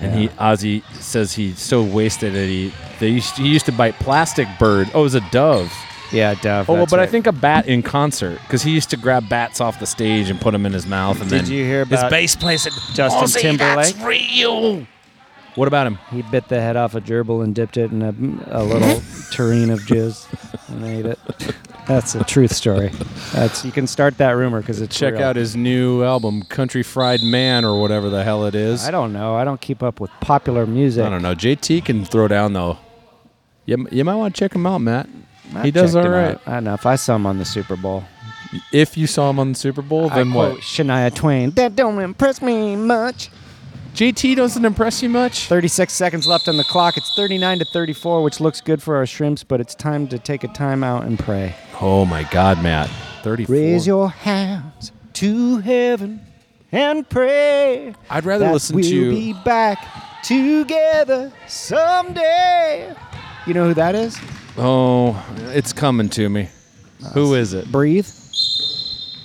B: And he Ozzy says he's so wasted that he they used he used to bite plastic bird. Oh, it was a dove.
A: Yeah, Dove.
B: Oh, well,
A: that's
B: but I
A: right.
B: think a bat in concert because he used to grab bats off the stage and put them in his mouth. And
A: Did
B: then
A: you hear
B: his
A: about
B: bass plays at
A: Justin Timberlake?
B: That's real. What about him?
A: He bit the head off a gerbil and dipped it in a, a little (laughs) tureen of jizz and ate it. That's a truth story. That's you can start that rumor because it's
B: Check
A: real.
B: out his new album, Country Fried Man, or whatever the hell it is.
A: I don't know. I don't keep up with popular music.
B: I don't know. JT can throw down though. You, you might want to check him out, Matt.
A: I
B: he does
A: checked
B: all
A: him
B: right.
A: out enough. I saw him on the Super Bowl.
B: If you saw him on the Super Bowl,
A: I
B: then
A: quote
B: what?
A: Shania Twain. That don't impress me much.
B: JT doesn't impress you much.
A: 36 seconds left on the clock. It's 39 to 34, which looks good for our shrimps, but it's time to take a time out and pray.
B: Oh my God, Matt. Thirty-four.
A: Raise your hands to heaven and pray.
B: I'd rather
A: that
B: listen
A: we'll
B: to.
A: be back together someday. You know who that is?
B: Oh, it's coming to me. Who is it?
A: Breathe.
B: Is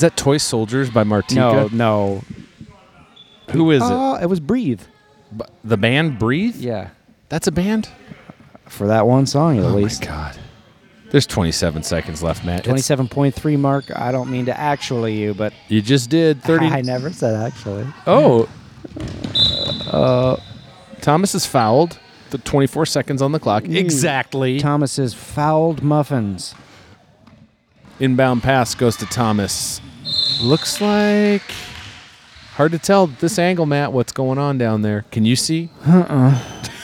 B: that Toy Soldiers by
A: No,
B: Martika?
A: no.
B: Who is it?
A: Oh, it was Breathe.
B: B- The band Breathe?
A: Yeah.
B: That's a band?
A: For that one song, at
B: Oh my
A: least.
B: God. There's 27 seconds left, Matt. It's-
A: 27.3 mark. I don't mean to actually you,
B: (laughs)
A: but
B: you just did
A: (laughs)
B: 30.
A: I never said actually.
B: Oh. Uh, Thomas is fouled. The 24 seconds on the clock.
A: Hmm.
B: Exactly.
A: Thomas's fouled muffins.
B: Inbound pass goes to Thomas. Looks like hard to tell at this angle, Matt. What's going on down there? Can you see? Uh.
A: Uh-uh.
B: uh (laughs)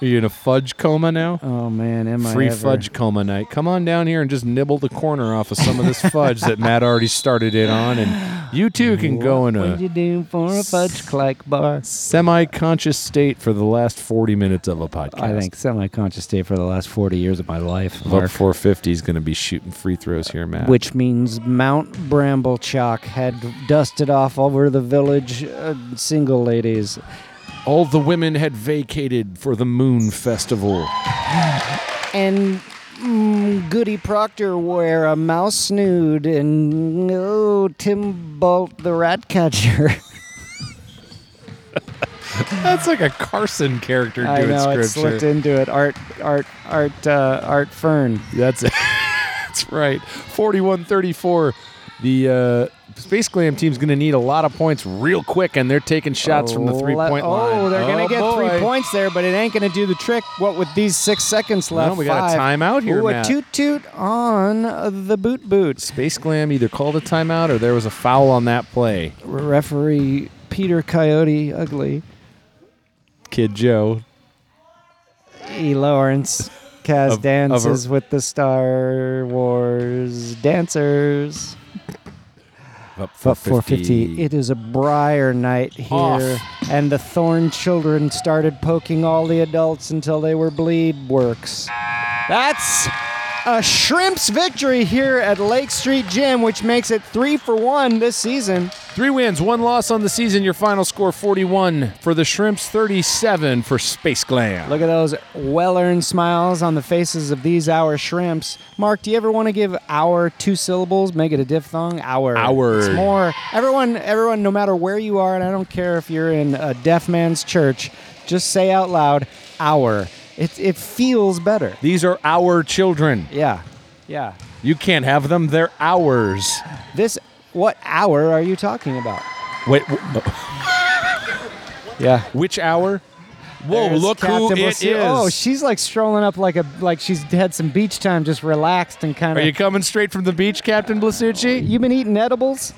B: Are you in a fudge coma now?
A: Oh man, am I
B: Free
A: ever.
B: fudge coma night. Come on down here and just nibble the corner off of some of this fudge that Matt already started it on, and you too can go in
A: What you
B: a
A: do for a fudge clack bar?
B: semi-conscious state for the last 40 minutes of a podcast.
A: I think semi-conscious state for the last 40 years of my life,
B: Mark
A: Mark.
B: 450 is going to be shooting free throws here, Matt.
A: Which means Mount Bramblechalk had dusted off over the village uh, single ladies.
B: all the women had vacated for the (laughs) Moon Festival.
A: And mm, Goody Proctor wore a mouse snood and oh, Tim Bolt the rat catcher. (laughs)
B: That's like a Carson character
A: I
B: doing
A: know, it
B: scripture.
A: slipped into it. Art, art, art, uh, art fern.
B: That's (laughs) it. That's right. 41-34. The uh, Space Glam team's going to need a lot of points real quick, and they're taking shots from the
A: Oh,
B: three-point line.
A: le- Oh, they're gonna
B: Oh,
A: get
B: boy.
A: three points there, but it ain't gonna do the trick. What with these six seconds
B: Well,
A: left?
B: we got a
A: five.
B: timeout here,
A: Ooh,
B: Matt.
A: a toot toot on uh, the boot boots.
B: Space Glam either called a timeout or there was a foul on that play.
A: Referee Peter Coyote Ugly,
B: Kid Joe.
A: E. Lawrence, Kaz
B: Of-
A: dances with the Star Wars dancers.
B: Up
A: But 450, it is a briar night here,
B: Off.
A: and the thorn children started poking all the adults until they were bleed works. That's a shrimps victory here at Lake Street Gym, which makes it three for one this season.
B: Three wins, one loss on the season. Your final score 41 for the Shrimps, 37 for Space Glam.
A: Look at those well earned smiles on the faces of these our shrimps. Mark, do you ever want to give our two syllables, make it a diphthong? Our.
B: Our.
A: It's more. Everyone, everyone, no matter where you are, and I don't care if you're in a deaf man's church, just say out loud, our. It, it feels better.
B: These are our children.
A: Yeah. Yeah.
B: You can't have them. They're ours.
A: This, what hour are you talking about?
B: Wait, wh-
A: Yeah.
B: which hour? Whoa,
A: There's
B: look
A: Captain
B: who it is.
A: Basi- Oh, she's like strolling up like a like she's had some beach time, just relaxed and kind
B: Are
A: of.
B: you coming straight from the beach, Captain Blasucci?
A: you been eating edibles?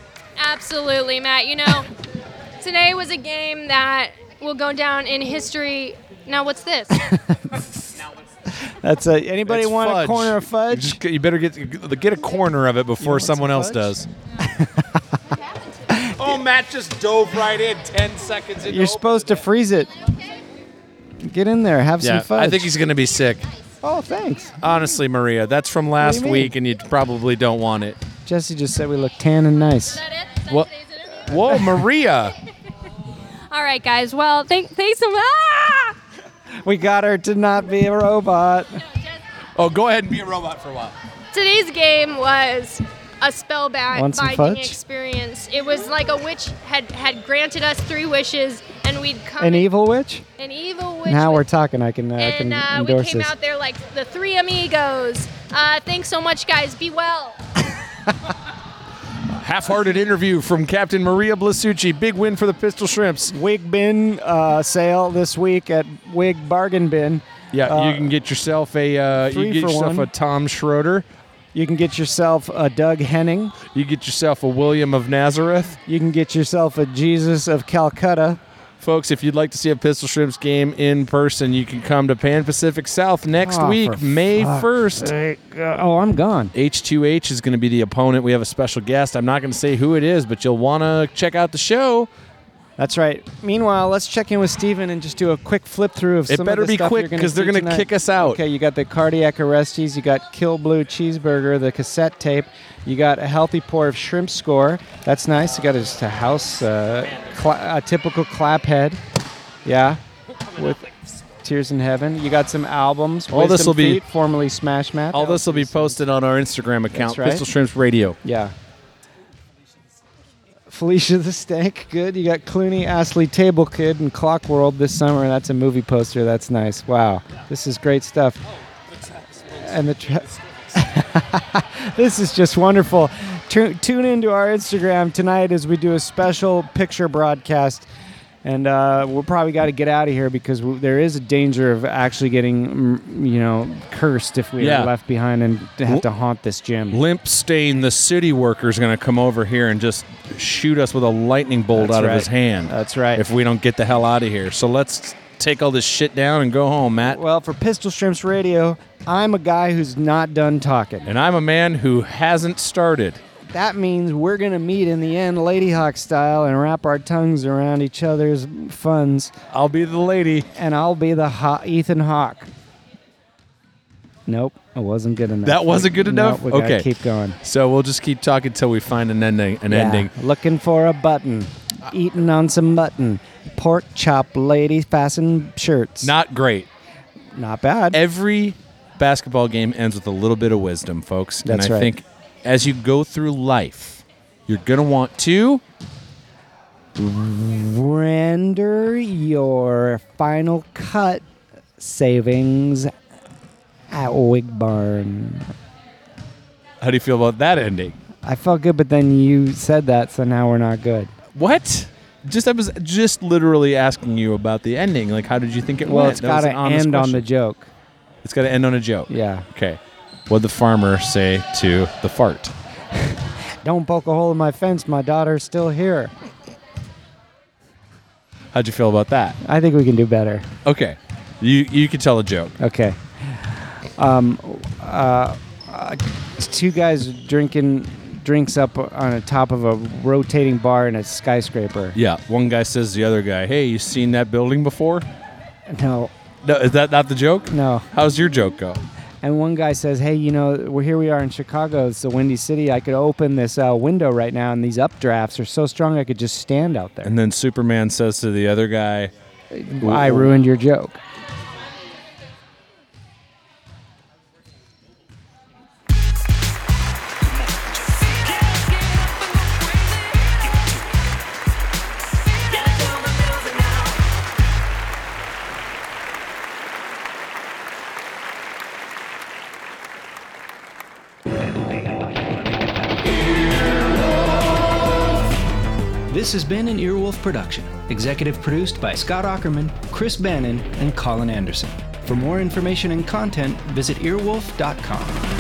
I: Absolutely, Matt. You know, today was a game that will go down in history. Now, what's this?
A: That's a, anybody
B: It's
A: want
B: fudge.
A: a corner of
B: You,
A: fudge?
B: just, you better get get a corner of it before
A: want some
B: someone else
A: fudge? (laughs)
B: does. oh, Matt just dove right in ten seconds into
A: You're supposed to freeze it. Get in there, have
B: Yeah,
A: some fudge.
B: I think he's gonna be sick.
A: oh, thanks.
B: Honestly, Maria, that's from last
A: mean?
B: week, and you probably don't want it.
A: Jesse just said we look tan and nice.
B: What?
A: (laughs)
B: Whoa, Maria!
I: All right, guys. Well, thank, thanks so much. Ah!
A: We got her to not be a robot.
B: Oh, go ahead and be a robot for a while.
I: Today's game was a spellbound
A: Want some
I: binding
A: fudge?
I: experience. It was like a witch had had granted us three wishes, and we'd come
A: An evil witch?
I: an evil witch.
A: now
I: would-
A: we're talking. I can, uh, I can
I: and uh, we
A: endorse
I: came
A: this.
I: out there like the three amigos. Uh, thanks so much, guys. Be well.
B: Half-hearted interview from Captain Maria Blasucci. Big win for the Pistol Shrimps.
A: Wig bin uh, sale this week at Wig Bargain Bin.
B: Yeah,
A: Uh,
B: you can get yourself a uh, you
A: three
B: can get
A: for
B: yourself
A: one.
B: a Tom Schroeder.
A: You can get yourself a Doug Henning.
B: You get yourself a William of Nazareth.
A: You can get yourself a Jesus of Calcutta.
B: Folks, if you'd like to see a Pistol Shrimps game in person, you can come to Pan Pacific South next
A: Ah, for
B: week, May
A: fuck's
B: 1st.
A: sake. Uh, Oh, I'm gone.
B: H2H is going to be the opponent. We have a special guest. I'm not going to say who it is, but you'll want to check out the show.
A: That's right. Meanwhile, let's check in with Steven and just do a quick flip through of
B: It
A: some
B: better
A: of the
B: be
A: stuff
B: quick
A: you're gonna
B: 'cause they're
A: see
B: gonna
A: tonight.
B: kick us out.
A: Okay, you got the cardiac arrestes, you got Kill Blue Cheeseburger, the cassette tape, you got a healthy pour of shrimp score. That's nice. You got just a house, uh, cla a typical clap head. Yeah, with Tears in Heaven. You got some albums.
B: All this
A: Wisdom
B: will be-
A: Feet, formerly Smash Mouth.
B: All this will be posted on our Instagram account,
A: That's right.
B: Pistol Shrimps Radio.
A: Yeah. Felicia the Stank, good. You got Clooney, Astley, Table Kid, and Clock World this summer. That's a movie poster. That's nice. Wow, this is great stuff. And the tra- (laughs) this is just wonderful. Tu- tune into our Instagram tonight as we do a special picture broadcast. And uh, we'll probably got to get out of here because w- there is a danger of actually getting, mm, you know, cursed if we
B: Yeah.
A: are left behind and have to haunt this gym.
B: Limp Stain, the city worker, is going to come over here and just shoot us with a lightning bolt
A: That's
B: out of
A: right.
B: his hand.
A: That's right.
B: If we don't get the hell out of here. So let's take all this shit down and go home, Matt.
A: Well, for Pistol Shrimps Radio, I'm a guy who's not done talking.
B: And I'm a man who hasn't started.
A: That means we're going to meet in the end, Lady Hawk style, and wrap our tongues around each other's funds,
B: I'll be the lady.
A: and I'll be the ho- Ethan Hawk. Nope, I wasn't good enough.
B: That wasn't good
A: No,
B: enough?
A: we gotta
B: Okay.
A: keep going.
B: So we'll just keep talking till we find an ending. An
A: Yeah.
B: ending.
A: Looking for a button. Eating on some mutton. Pork chop lady fasten shirts.
B: Not great.
A: Not bad.
B: Every basketball game ends with a little bit of wisdom, folks.
A: That's
B: and I
A: right.
B: think as you go through life, you're gonna want to.
A: render your final cut savings at Wig Barn.
B: How do you feel about that ending?
A: I felt good, but then you said that, so now we're not good.
B: What? Just I was just literally asking you about the ending. Like, how did you think it
A: Well,
B: went?
A: it's
B: That was
A: got to
B: an honest
A: end on the
B: question.
A: joke.
B: It's got to end on a joke.
A: Yeah.
B: Okay. What the farmer say to the fart?
A: Don't poke a hole in my fence. My daughter's still here.
B: How'd you feel about that?
A: I think we can do better.
B: Okay. You you could tell a joke.
A: Okay. Um, uh, uh, two guys drinking drinks up on the top of a rotating bar in a skyscraper.
B: Yeah. One guy says to the other guy, "Hey, you seen that building before?"
A: No,
B: No, is that not the joke?
A: no.
B: How's your joke go?
A: And one guy says, "Hey, you know, we're here. We are in Chicago. It's a windy city. I could open this uh, window right now, and these updrafts are so strong, I could just stand out there."
B: And then Superman says to the other guy,
A: I ruined your joke. This has been an Earwolf production, executive produced by Scott Ackerman, Chris Bannon, and Colin Anderson. For more information and content, visit earwolf.com.